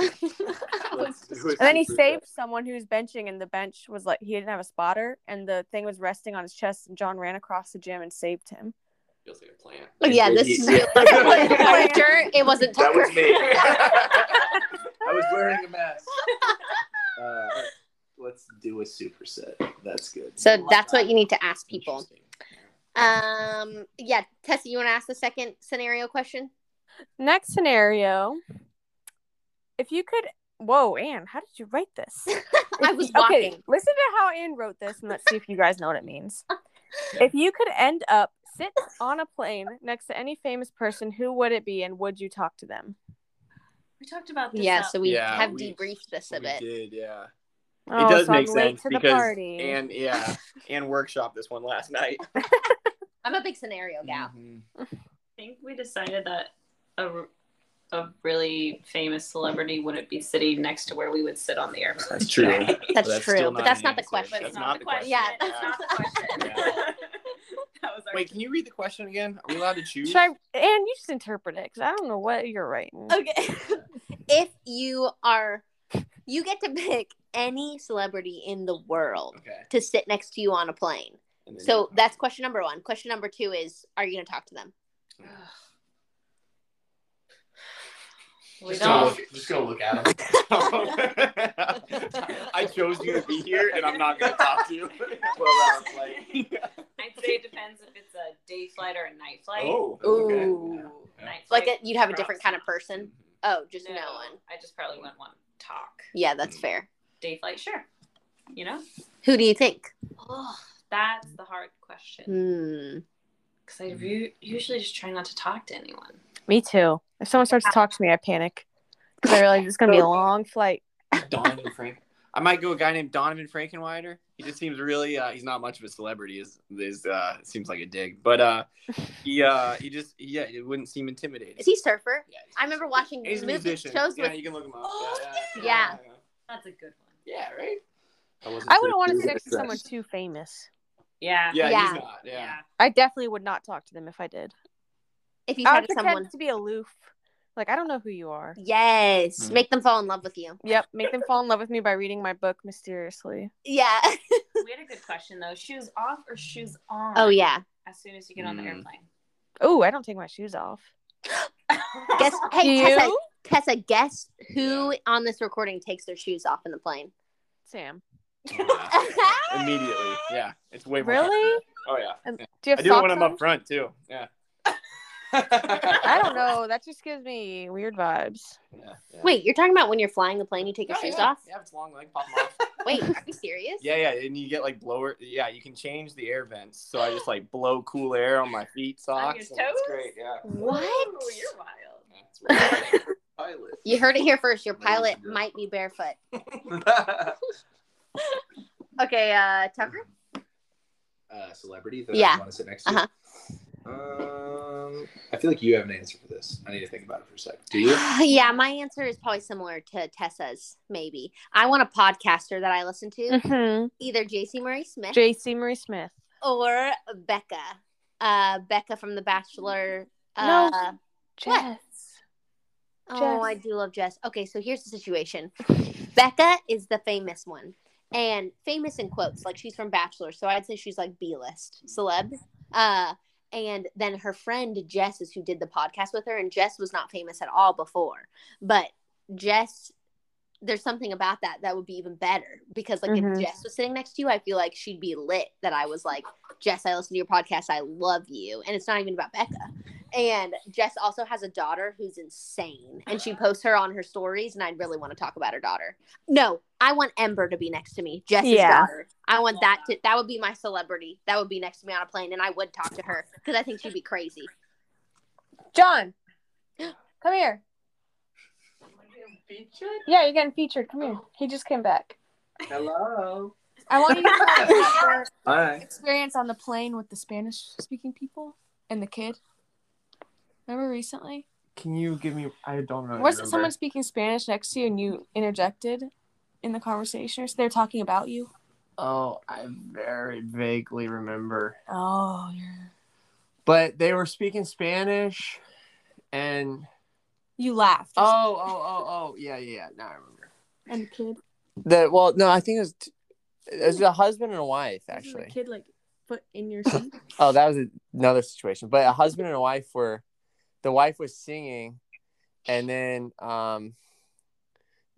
I was Let's do a And then he superset. saved someone who was benching, and the bench was like he didn't have a spotter, and the thing was resting on his chest. And John ran across the gym and saved him. Feels like a plant. oh, Yeah, this is *laughs* Yeah. *laughs* I'm sure it wasn't That Tucker. was me. I was wearing a mask. Uh, let's do a superset. That's good. *laughs* so that's what you need to ask people. Interesting. Um, yeah, Tessa, you want to ask the second scenario question? Next scenario: If you could, whoa, Anne, how did you write this? *laughs* I If was you- walking. listen to how Anne wrote this, and let's see if you guys know what it *laughs* means. If you could end up sit on a plane next to any famous person, who would it be, and would you talk to them? We talked about this. Yeah, out- so we Yeah, have we- debriefed this We a bit. did, yeah. Oh, it does so make I'm late sense to the because party. and yeah, and workshop this one last *laughs* night. I'm a big scenario gal. Mm-hmm. Mhm. I think we decided that a, a really famous celebrity wouldn't be sitting next to where we would sit on the airplane. That's true. That's That's true, still but not that's an not the answer. question. That's not the question. Yeah, That's not the question. Yeah. *laughs* that was sorry. Wait, can you read the question again? Are we allowed to choose? Should I? And you just interpret it because I don't know what you're writing. Okay. *laughs* if you are, you get to pick any celebrity in the world Okay. to sit next to you on a plane. And then- So that's question number one. Question number two is, are you going to talk to them? we Just gonna, don't. look, just gonna look *laughs* at him. I chose you to be here, and I'm not gonna talk to you. Well, that was like- I'd say it depends if it's a day flight or a night flight. oh, okay. Ooh. Yeah. Night Like, flight, a, you'd have a props. different kind of person. Oh, just no. one. I just probably wouldn't want to talk. Yeah, that's Mm. fair. Day flight, sure. You know? Who do you think? Oh, that's the hard question. Hmm. Because I re- usually just try not to talk to anyone. Me too. If someone starts to talk to me, I panic because I realize it's going to be a long flight. Donovan Frank. I might go a guy named Donovan Frankenwider. He just seems really uh, he's not much of a celebrity is is uh seems like a dig. But uh he uh he just yeah, it wouldn't seem intimidating. Is he surfer? yeah, he's- I remember watching he's a movie musician. shows yeah, with. you can look him up. Oh, yeah. yeah. That's a good one. Yeah, right? wasn't I sure wouldn't if want he to was sit next to obsessed. someone too famous. Yeah. Yeah, Yeah. he's not. Yeah. I definitely would not talk to them if I did. If you I had would pretend someone. to be aloof. Like I don't know who you are. Yes. Mhm. Make them fall in love with you. Yep, make them fall in love with me by reading my book mysteriously. Yeah. We had a good question, though. Shoes off or shoes on? *laughs* oh, yeah. As soon as you get on Hmm. the Mm. airplane. Oh, I don't take my shoes off. *laughs* Guess. Hey, you, Tessa, Tessa, guess who on this recording takes their shoes off in the plane? Sam. Yeah. *laughs* Immediately. Yeah. It's way more Really? Oh yeah. Do you have I do socks it when I'm on? up front too. Yeah. I don't know. That just gives me weird vibes. Yeah, yeah. Wait, you're talking about when you're flying the plane, you take your Yeah, shoes Oh, yeah. off? Yeah, if it's long leg, pop 'em off. Wait, are you serious? *laughs* Yeah, yeah, and you get like blower. Yeah, you can change the air vents, so I just like blow cool air on my feet, On your socks. and It's toes? great. Yeah. What? Ooh, you're wild. That's right. Pilot. You heard it here first. Your There you pilot go. might be barefoot. *laughs* Okay, uh, Tucker? Uh, celebrity that Yeah. Uh-huh. I want to sit next to. Um, I feel like you have an answer for this. I need to think about it for a sec. Do you? *sighs* yeah, my answer is probably similar to Tessa's, maybe. I want a podcaster that I listen to, hmm either JC Marie Smith JC Marie Smith. or Becca. Uh, Becca from The Bachelor. No. Uh, What? Jess. Oh, I do love Jess. Okay, so here's the situation. Becca is the famous one, and famous in quotes, like she's from Bachelor, so I'd say she's like B-list celeb. Uh, and then her friend Jess is who did the podcast with her, and Jess was not famous at all before, but Jess. There's something about that that would be even better because, like, Mhm. if Jess was sitting next to you, I feel like she'd be lit that I was like, Jess, I listen to your podcast. I love you. And it's not even about Becca. And Jess also has a daughter who's insane. And she posts her on her stories. And I'd really want to talk about her daughter. No, I want Ember to be next to me, Jess's Yeah. daughter. I want that to, that would be my celebrity. That would be next to me on a plane. And I would talk to her because I think she'd be crazy. John. Come here. Yeah, you're getting featured. Come here. He just came back. Hello. I want you to tell your Hi. experience on the plane with the Spanish speaking people and the kid. Remember recently? Can you give me? I don't know. Was it someone speaking Spanish next to you and you interjected in the conversation? Or so they're talking about you. Oh, I very vaguely remember, Oh, you're... but they were speaking Spanish, and you laughed. oh, oh, oh, oh, yeah, yeah, yeah. Now I remember. and the kid, That well, no, I think it was. T- it was a husband and a wife, actually. kid like foot in *laughs* your seat. Oh, that was another situation. But a husband and a wife were, the wife was singing, and then um,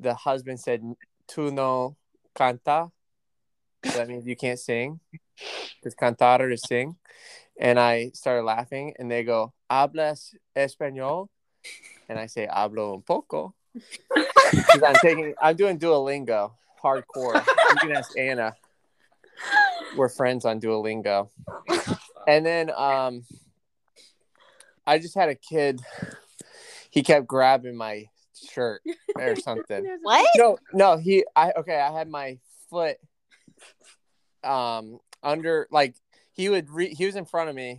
the husband said, "Tu no canta," so that means you can't sing. Because cantar is sing, and I started laughing, and they go, "Hablas español," and I say, "Hablo un poco." 'Cause I'm taking, I'm doing Duolingo, hardcore. You can ask Anna. We're friends on Duolingo. And then um I just had a kid he kept grabbing my shirt or something. What? no, no, he I okay, I had my foot um under like he would re- he was in front of me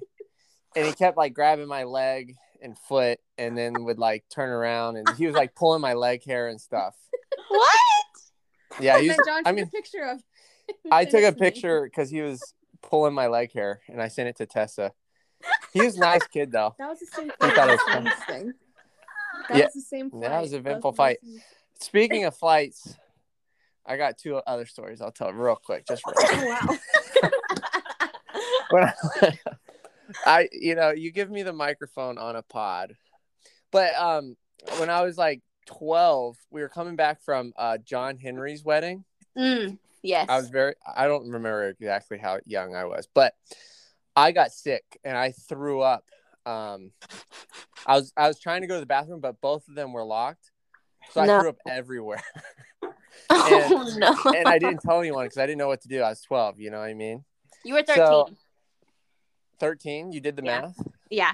and he kept like grabbing my leg and foot and then would like turn around and he was like pulling my leg hair and stuff. *laughs* What? Yeah, *laughs* he was, John I mean picture of. I took a picture because he was pulling my leg hair, and I sent it to Tessa. He was a nice kid though. That was the same *laughs* I thing. thought it That, was fun. that Yeah. was the same That fight. was an eventful the fight. same- Speaking of flights, I got two other stories I'll tell real quick, just real quick. Oh, wow. When I, *laughs* I- you know, you give me the microphone on a pod. But um when I was like 12, we were coming back from uh John Henry's wedding. Mm, yes. I was very I don't remember exactly how young I was, but I got sick and I threw up. Um I was I was trying to go to the bathroom, but both of them were locked. So I No. threw up everywhere. *laughs* oh no. and I didn't tell anyone because I didn't know what to do. I was twelve, you know what I mean? You were thirteen. so- Thirteen, you did the Yeah. math. yeah.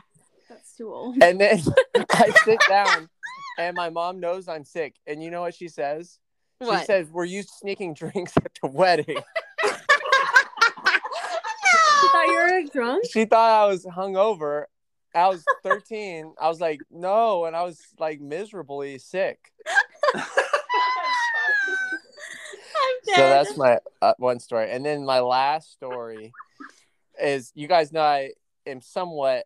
That's too *laughs* old. And then *laughs* I sit down and my mom knows I'm sick. And you know what she says? She What? *laughs* says, Were you sneaking drinks at the wedding? *laughs* You thought you were like, drunk? she thought I was hungover. I was 13. I was like, no, and I was like miserably sick. I'm So that's my uh, one story. And then my last story is you guys know I am somewhat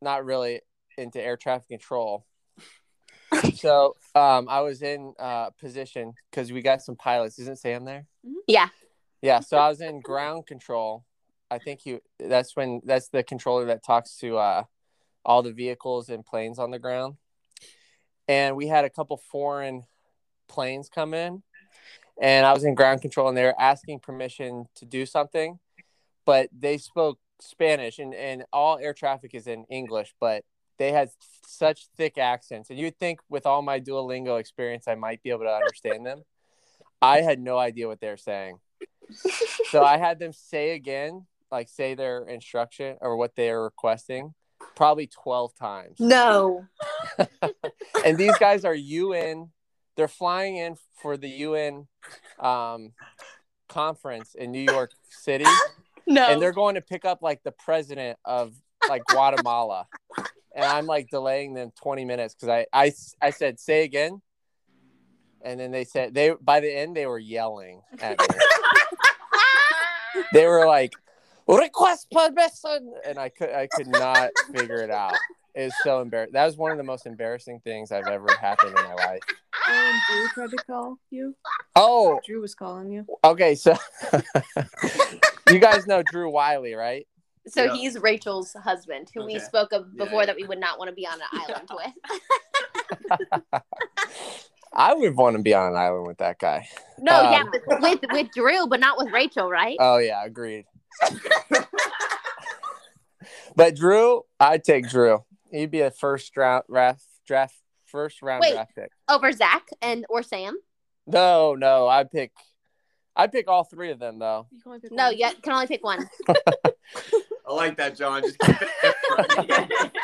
not really into air traffic control. *laughs* So um, I was in uh, position because we got some pilots. Isn't Sam there? Yeah. Yeah, so I was in ground control. I think you that's when that's the controller that talks to uh all the vehicles and planes on the ground. And we had a couple foreign planes come in and I was in ground control and they were asking permission to do something, but they spoke Spanish and, and all air traffic is in English, but they had such thick accents. And you'd think with all my Duolingo experience I might be able to understand them. I had no idea what they're saying so I had them say again, like say their instruction or what they are requesting, probably twelve times. No. And these guys are UN. They're flying in for the UN um, conference in New York City, No. *laughs* and they're *laughs* going to pick up like the president of like Guatemala. And I'm like delaying them 20 minutes because I, I I said say again, and then they said they by the end they were yelling at me they were like request permission and i could i could not figure it out it was so embarrassing that was one of the most embarrassing things i've ever happened in my life Um, Drew tried to call you. oh Drew was calling you. okay so *laughs* you guys know drew wiley right so Yeah. he's Rachel's husband, who we Okay. spoke of Yeah, before yeah. that we would not want to be *laughs* on an island with. i would want to be on an island with that guy No, Um, yeah, but with with Drew, but not with Rachel, right? oh yeah agreed but drew i'd take drew he'd be a first draft draft, draft first round Wait. draft pick Over Zach and or Sam. no no i pick i pick all three of them though You can only pick No, Mm-hmm. one. *laughs* you can only pick *laughs* one. I like that, John. *laughs* Just keep it *laughs*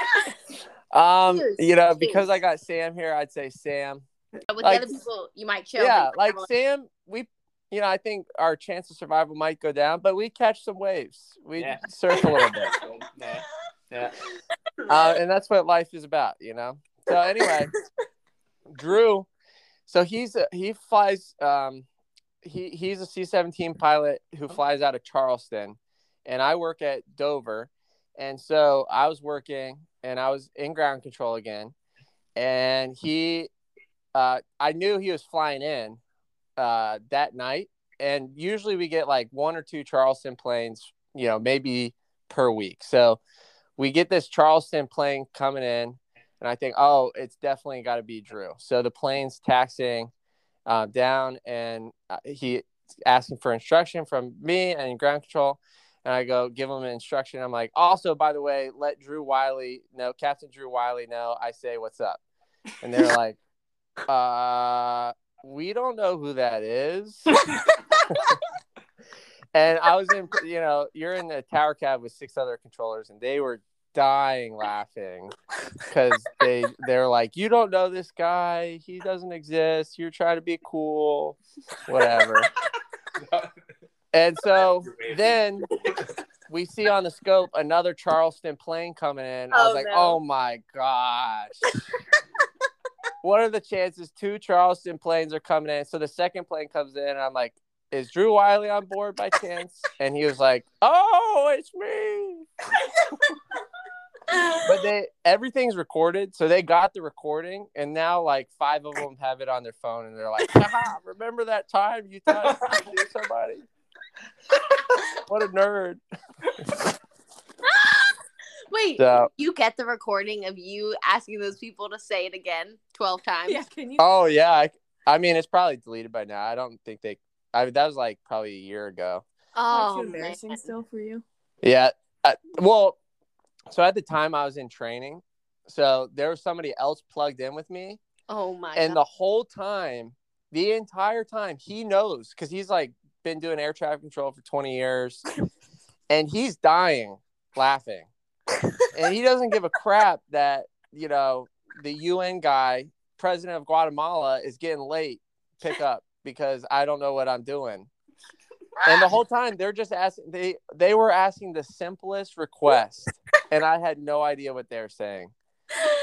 Um, Choose, you know, choose. because I got Sam here, I'd say Sam. With Like- the other people, you might chill. yeah, but like Sam, we you know, I think our chance of survival might go down, but we catch some waves. We Yeah. surf a little bit. yeah. yeah. Uh, and that's what life is about, you know. So anyway, Drew, so he's a, he flies um he he's a C-17 pilot who flies out of Charleston and I work at Dover. And so I was working and I was in ground control again and he uh I knew he was flying in uh that night and usually we get like one or two Charleston planes, you know, maybe per week. So we get this Charleston plane coming in, and I think, oh, it's definitely got to be Drew. So the plane's taxiing uh, down, and uh, he asking for instruction from me and ground control. And I go give him an instruction. I'm like, also, by the way, let Drew Wiley know, Captain Drew Wiley know. I say, what's up? And they're like, uh, we don't know who that is. and I was in, you know, you're in the tower cab with six other controllers, and they were dying laughing because they they're like, you don't know this guy, he doesn't exist. You're trying to be cool, whatever. and so then we see on the scope another Charleston plane coming in. I was Oh, like, no. oh my gosh. What are the chances two Charleston planes are coming in? So the second plane comes in, and I'm like, is Drew Wiley on board by chance? And he was like, oh, it's me. *laughs* but they everything's recorded, so they got the recording, and now like five of them have it on their phone, and they're like, Haha, "Remember that time you thought you knew somebody? What a nerd!" Wait, So, you get the recording of you asking those people to say it again 12 times? yeah, can you? oh yeah, I, I mean it's probably deleted by now. I don't think they. I that was like probably a year ago. Oh, Oh, too embarrassing man. still for *laughs* you. Yeah. I, well, so at the time I was in training, so there was somebody else plugged in with me, Oh, my and God. the whole time, the entire time, he knows because he's like been doing air traffic control for 20 years and he's dying laughing. and he doesn't give a crap that, you know, the UN guy, president of Guatemala, is getting late pick up because I don't know what I'm doing. *laughs* And the whole time they're just asking they they were asking the simplest request and I had no idea what they were saying.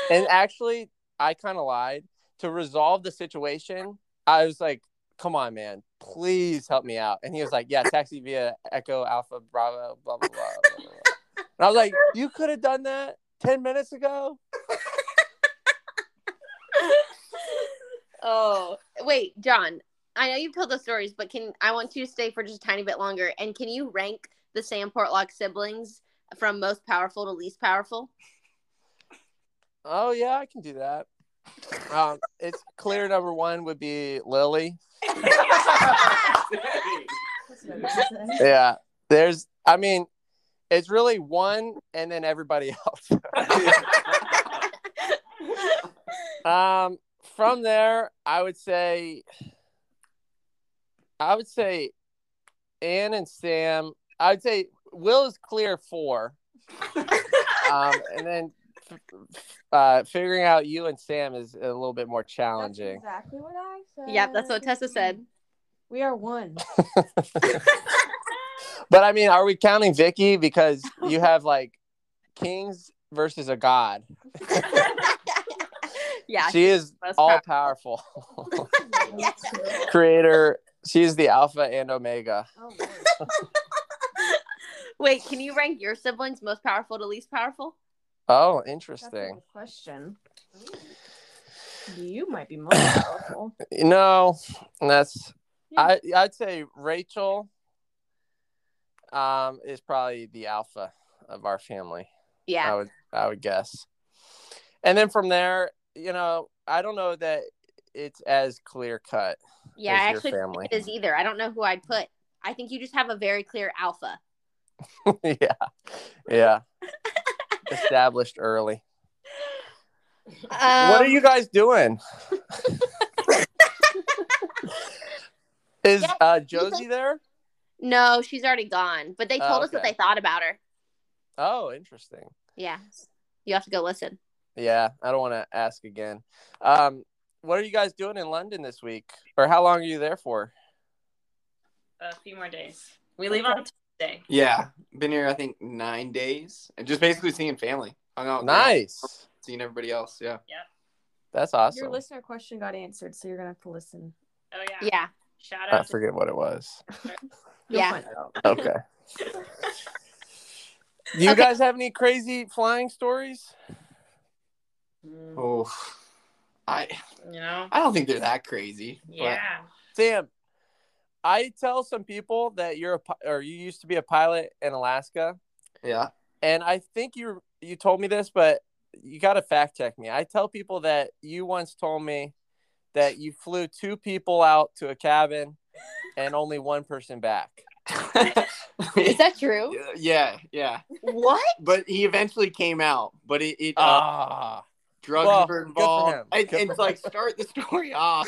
And actually I kind of lied to resolve the situation. I was like, "Come on, man, please help me out." And he was like, "Yeah, taxi via Echo Alpha Bravo blah blah blah." blah, blah, blah. And I was like, "You could have done that 10 minutes ago?" Oh, wait, John, I know you've told the stories, but can I want you to stay for just a tiny bit longer? And can you rank the Sam Portlock siblings from most powerful to least *laughs* powerful? Oh yeah, I can do that. Um, it's clear number 1 would be Lily. Yeah. There's I mean, it's really one and then everybody *laughs* else. Um, from there, I would say, I would say, Ann and Sam. I would say Will is clear four, um, and then uh, figuring out you and Sam is a little bit more challenging. exactly what I said. Yep, that's what Tessa *laughs* said. We are one. But I mean, are we counting Vicky because you have like kings versus a god? yeah. she is most all *laughs* powerful, *laughs* creator. She is the alpha and omega. Oh, Wait, can you rank your siblings most powerful to least powerful? Oh, interesting. question. You might be most powerful. You know, that's Yeah. I I'd say Rachel um is probably the alpha of our family. I Yeah. would I would guess. And then from there, you know, I don't know that it's as clear cut. yeah, I is your actually don't family. think it is either. I don't know who I'd put. I think you just have a very clear alpha. *laughs* yeah. *laughs* Yeah. Established early. what are Um, you *laughs* guys doing? Is Yeah, uh Josie there? No, she's already gone. But they Oh, told us what okay. they thought about her. Oh, interesting. Yeah. You have to go listen. Yeah, I don't want to ask again. Um, what are you guys doing in London this week, or how long are you there for? a few more days. We leave on Tuesday. yeah, been here I think nine days, and just basically seeing family. Hung out, with Nice, grandma, seeing everybody else. Yeah. that's Your awesome. listener question got answered, so you're gonna have to listen. Oh yeah. Yeah. Shout I out. forget what *laughs* it was. You'll Yeah. find out. Okay. Do you Okay. guys have any crazy flying stories? to, you Oh, I Mm, know. I don't think they're that crazy. but- Yeah. *laughs* Sam, I tell some people that you're a pi- or you used to be a pilot in Alaska, Yeah. and I think you you told me this, but you got to fact check me. I tell people that you once told me that you flew two people out to a cabin and only one person back. *laughs* Is that true? yeah, yeah. What? But he eventually came out. But it, it uh, Ah, drugs were well, good for him. involved. And, Good and for like start the story off.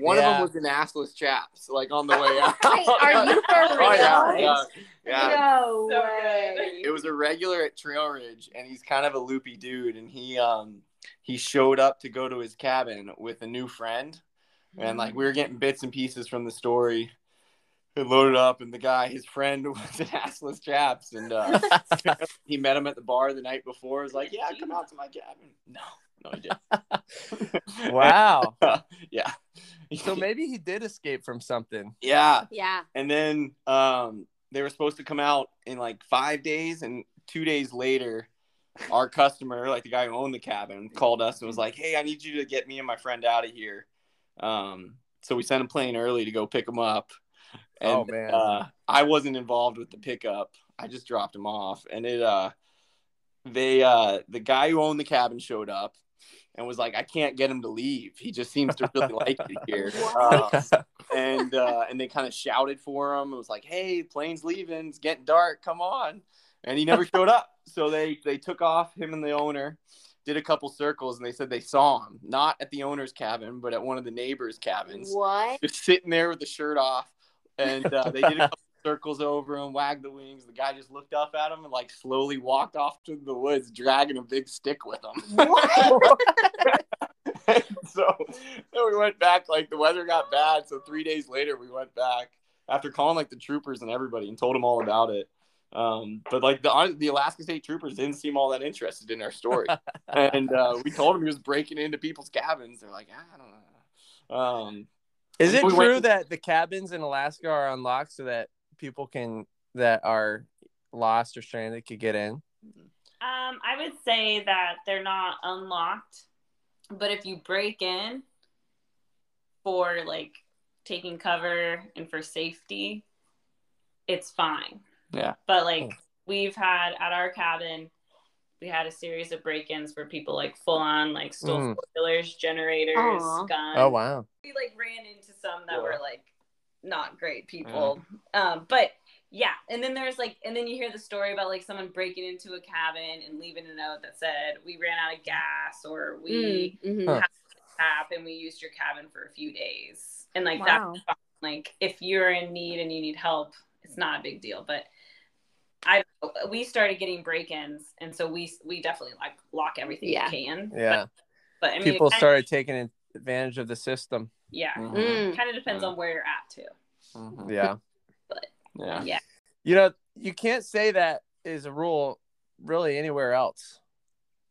One Yeah. of them was an assless chaps, like on the way out. *laughs* Wait, are you for real? *laughs* Oh, yeah, yeah, yeah. No So way. good. it was a regular at Trail Ridge, and he's kind of a loopy dude. And he um he showed up to go to his cabin with a new friend, and like we were getting bits and pieces from the story. And loaded up, and the guy, his friend, *laughs* was an assless chaps, and *laughs* uh, he met him at the bar the night before. Was like, "Yeah, come out to my cabin." No, no, he didn't. *laughs* wow. *laughs* yeah. so maybe he did escape from something. yeah, Yeah. and then um, they were supposed to come out in like five days, and two days later, our customer, like the guy who owned the cabin, called us and was like, "Hey, I need you to get me and my friend out of here." Um, so we sent a plane early to go pick him up. And, Oh, man. uh, I wasn't involved with the pickup. I just dropped him off, and it uh, they uh, the guy who owned the cabin showed up and was like, "I can't get him to leave. He just seems to really like it here." Um, and uh, and they kind of shouted for him. It was like, "Hey, plane's leaving. It's getting dark. Come on!" And he never showed up. So they they took off him and the owner, did a couple circles, and they said they saw him not at the owner's cabin, but at one of the neighbors' cabins, What? just sitting there with the shirt off. And uh, they did a *laughs* couple circles over him, wagged the wings. The guy just looked up at him and like slowly walked off to the woods, dragging a big stick with him. *laughs* *laughs* so then we went back. Like the weather got bad, so three days later we went back after calling like the troopers and everybody and told them all about it. Um, but like the hon- the Alaska State Troopers didn't seem all that interested in our *laughs* story, and uh, we told him he was breaking into people's cabins. They're like, "Ah, I don't know. Um, Is it We true went- that the cabins in Alaska are unlocked so that people can that are lost or stranded could get in? Um, I would say that they're not unlocked, but if you break in for like taking cover and for safety, it's fine. Yeah. But like we've had at our cabin, we had a series of break-ins where people like full on like stole Mm. boilers, generators, Aw. guns. Oh wow. We like ran into some that Yeah. were like not great Mm-hmm. people. Um, but yeah, and then there's like, and then you hear the story about like someone breaking into a cabin and leaving a note that said, "We ran out of gas," or "We Mm-hmm. Huh. tap and we used your cabin for a few days," and like Wow. that's fine. like if you're in need and you need help, it's not a big deal. But I, we started getting break-ins, and so we we definitely like lock everything Yeah. we can. Yeah. But, but I mean, people it kinda- started taking advantage of the system. yeah, Mm. kind of depends on where you're at too. Mm-hmm. Yeah. Yeah. Yeah. You know, you can't say that is a rule really anywhere else.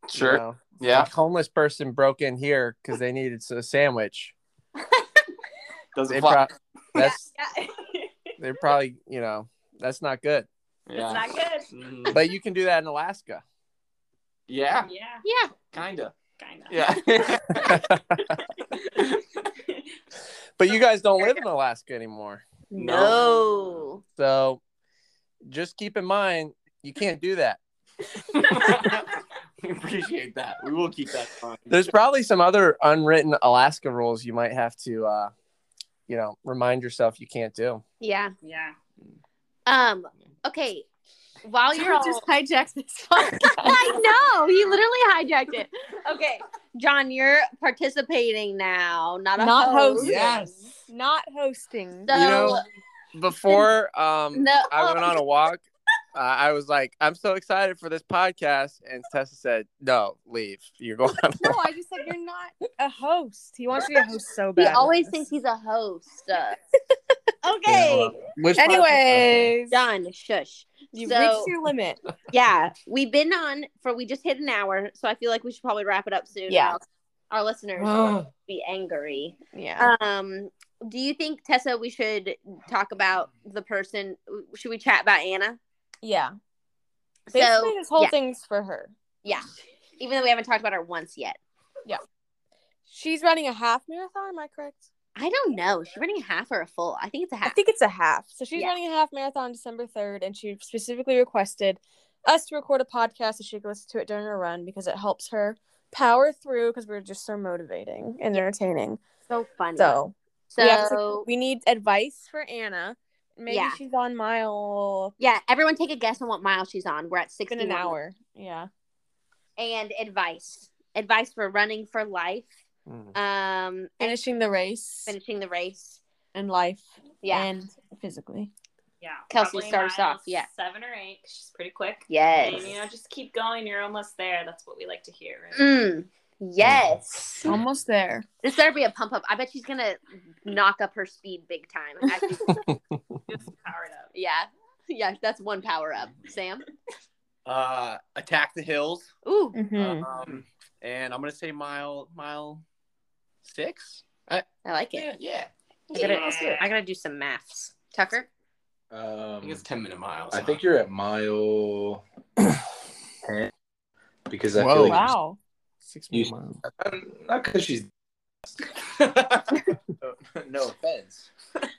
you Sure. know? Yeah. Like, homeless person broke in here because they needed a sandwich. Doesn't They apply. pro- that's *laughs* Yeah. they're probably you know that's not good. yeah. It's not good. Mhm. But you can do that in Alaska. yeah. Yeah, Yeah. Kinda. kind of. Ah. *laughs* Yeah. *laughs* But you guys don't live in Alaska anymore, No. No. so just keep in mind you can't do that. we appreciate that. We will keep that in mind. *laughs* There's probably some other unwritten Alaska rules you might have to, uh, you know, remind yourself you can't do. Yeah. *laughs* yeah. Um. Okay. While you're all, just hijacked *laughs* this I know he literally hijacked it. Okay, John, you're participating now, not a Not host. hosting. Yes. Not hosting. So You know, Before um, no, *laughs* I went on a walk, uh, I was like, "I'm so excited for this podcast," and Tessa said, "No, leave. You're going." On a no, walk." I just said you're not a host. He wants to be a host so he bad. always thinks he's *laughs* a host. Uh, okay, Which podcast- Anyways, John, shush. you've so- reached your limit. Yeah, we've been on for we just hit an hour, so I feel like we should probably wrap it up soon. Yeah. Else Our Oh. listeners will be angry. Yeah. Um, do you think Tessa? We should talk about the person. Should we chat about Anna? yeah. Basically, this whole yeah. thing's for her. even though we haven't talked about her once yet. She's running a half marathon. Am I correct? I don't know. Is she running a half or a full? I think it's a I half. think it's a half. So she's Yeah. running a half marathon December 3rd, and she specifically requested us to record a podcast so she could listen to it during her run because it helps her power through because we're just so motivating and entertaining. so funny. So So, we, have to- we need advice for Anna. Maybe Yeah. she's on mile yeah, everyone take a guess on what mile she's on. We're at it's been 60 an hour. Yeah. And advice. Advice for running for life. Mm. Um and Finishing the race finishing the race. and life. Yeah. and physically. Yeah. Kelsey, probably start us miles off, yeah. Seven or eight. 'cause She's pretty quick. And, you know, yes. just keep going. You're almost there. That's what we like to hear. Right? Mm, yes. Almost there. This better be a pump up. I bet she's gonna knock up her speed big time. I- Just power it up. yeah. Yeah, that's one power up. Sam. Uh, attack the hills. Ooh. Um, and I'm gonna say mile mile six. I like it. Yeah, yeah. I gotta, I gotta do some maths. Tucker? I think Um, Uh, it's ten minute miles. I think you're at mile 10, because I Whoa. feel like Wow. Six You- miles. not because she's no offense.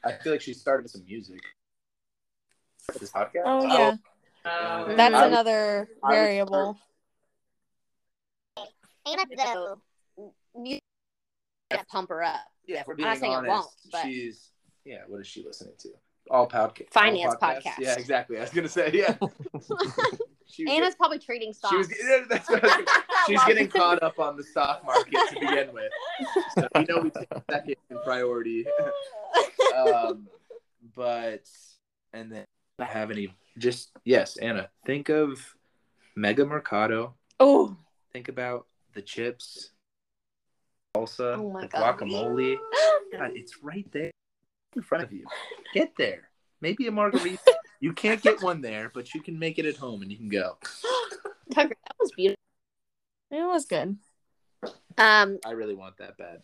I feel like she started some music. This podcast. Oh yeah, Oh. that's I would- another I would variable. Anna, though, you gotta pump her *laughs* up. Yeah, if we're I'm not saying it won't, but- she's yeah. What is she listening to? All podcast. Finance podcast. Yeah, exactly. I was gonna say yeah. she was, Anna's probably trading stocks. she was yeah, *laughs* that's what I was gonna- *laughs* she's getting caught up on the stock market to begin with. So we know we take second in priority. um, but and then I have any just yes, Anna. Think of Mega Mercado. Oh, Think about the chips, salsa, Oh my the God. *laughs* guacamole. God, it's right there in front of you. Get there. Maybe a margarita. you can't get one there, but you can make it at home and you can go. Tucker, that was beautiful. it was good. Um, I really want that bad.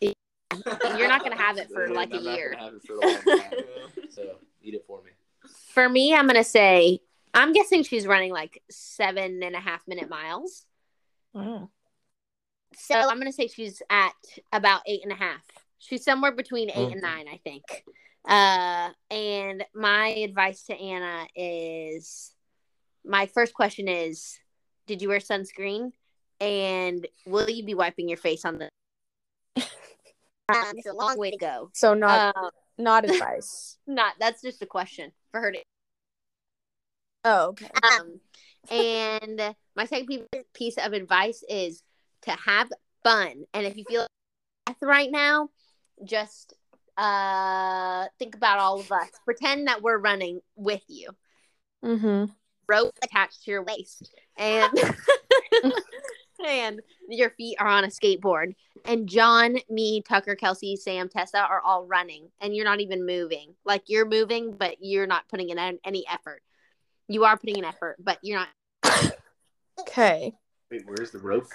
You're not gonna have it for, *laughs* Yeah, like, a I'm not year. gonna have it for a long time. so eat it for me. for me, I'm gonna say I'm guessing she's running like seven and a half minute miles. Wow. So I'm gonna say she's at about eight and a half. She's somewhere between 8 and nine, I think. Uh, and my advice to Anna is, my first question is, did you wear sunscreen? And will you be wiping your *laughs* face on the? um, it's a long way to go. So Uh, not Um, not advice. not that's just a question for her to Oh, okay. Um, and my second pe- piece of advice is to have fun. And if you feel death right now, just uh, think about all of us. Pretend that we're running with you, Mm-hmm. rope attached to your waist, and *laughs* and your feet are on a skateboard. And John, me, Tucker, Kelsey, Sam, Tessa are all running, and you're not even moving. Like you're moving, but you're not putting in an- any effort. You are putting an effort, but you're not Okay. Wait, where's the rope?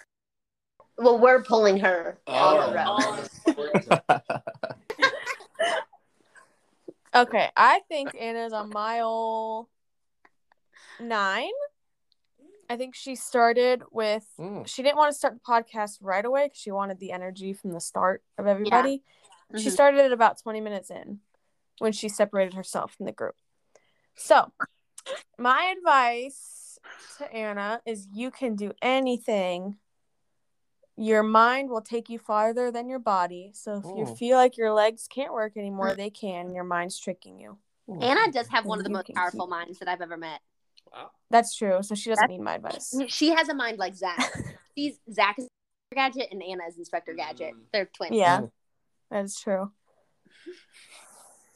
Well, we're pulling her on the Oh. road. Okay. I *laughs* think Anna's on mile nine. I think she started with Mm. she didn't want to start the podcast right away because she wanted the energy from the start of everybody. Mm-hmm. She Mhm. started at about 20 minutes in when she separated herself from the group. So, my advice to Anna is you can do anything. Your mind will take you farther than your body. So, if Ooh. Mm. you feel like your legs can't work anymore, they can. Your mind's tricking you. Ooh. Anna does have one of the You most can powerful minds that I've ever met. That's true. So, she doesn't need my advice. She has a mind like Zach. She's Zach is Inspector Gadget and Anna is Inspector Gadget. Mm. They're twins. Yeah, that is true.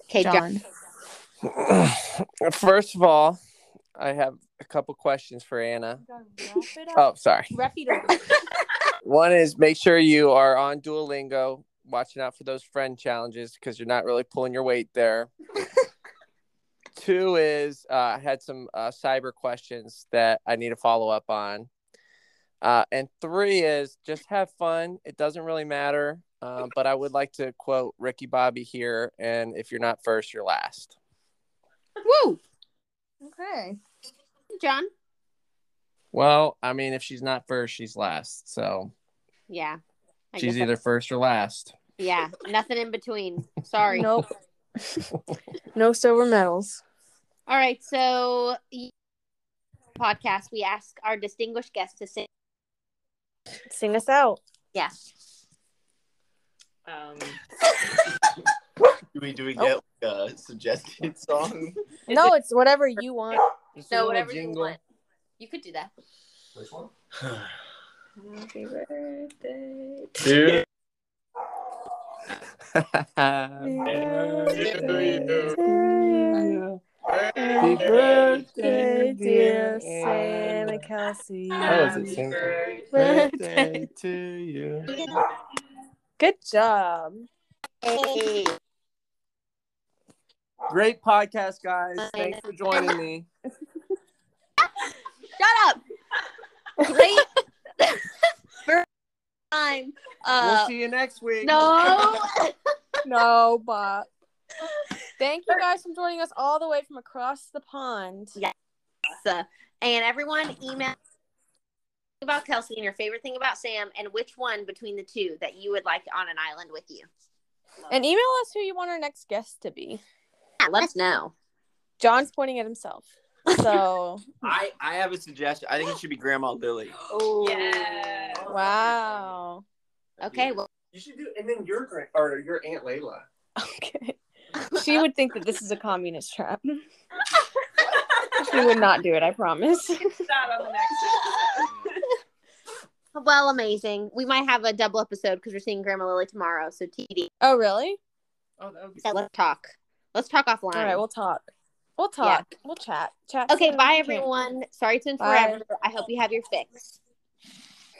Okay, John. *clears throat* First of all, I have a couple questions for Anna. Oh. Oh, sorry. *laughs* One is make sure you are on Duolingo, watching out for those friend challenges because you're not really pulling your weight *laughs* there. Two is uh, I had some uh, cyber questions that I need to follow up on. Uh, and three is just have fun. It doesn't really matter. Um, but I would like to quote Ricky Bobby here. And if you're not first, you're last. Woo! Okay. John. Well, I mean, if she's not first, she's last. So Yeah. I she's guess either first or last. *laughs* I- yeah. Nothing in between. Sorry. Nope. *laughs* no silver medals. All right. So y- podcast, we ask our distinguished guests to sing. Sing us out. Yeah. Um, Do we do we get, uh, suggested *laughs* song? no, it's whatever you want. Just So a little whatever you jingle. want. You could do that. Which one? happy birthday. Dude. Happy birthday, dear dear Sam Sam and and Kelsey. Oh, is it single? Birthday to you. Good job. *laughs* Hey. Great podcast, guys. Thanks for joining me. Shut up. Great. *laughs* First time. We'll Uh, see you next week. no. *laughs* No, but thank you guys for joining us all the way from across the pond. and everyone email about Kelsey and your favorite thing about Sam, and which one between the two that you would like on an island with you. And email us who you want our next guest to be. Yeah, let us know. John's pointing at *laughs* himself. So, I, I have a suggestion. I think it should be Grandma Lily. Oh, yeah. wow. Okay, well, *laughs* You should do, and then your grand or your aunt Layla. Okay. She would think that this is a communist *laughs* trap. She would not do it, I promise. That on the next episode. well, amazing. We might have a double episode because we're seeing Grandma Lily tomorrow. So TD, Oh, really? Oh, that would be so let's talk. Let's talk offline. All right, we'll talk. We'll talk. We'll chat. Chat. okay, soon. bye Can't- everyone. Sorry it's been Bye. forever. I hope you have your fix.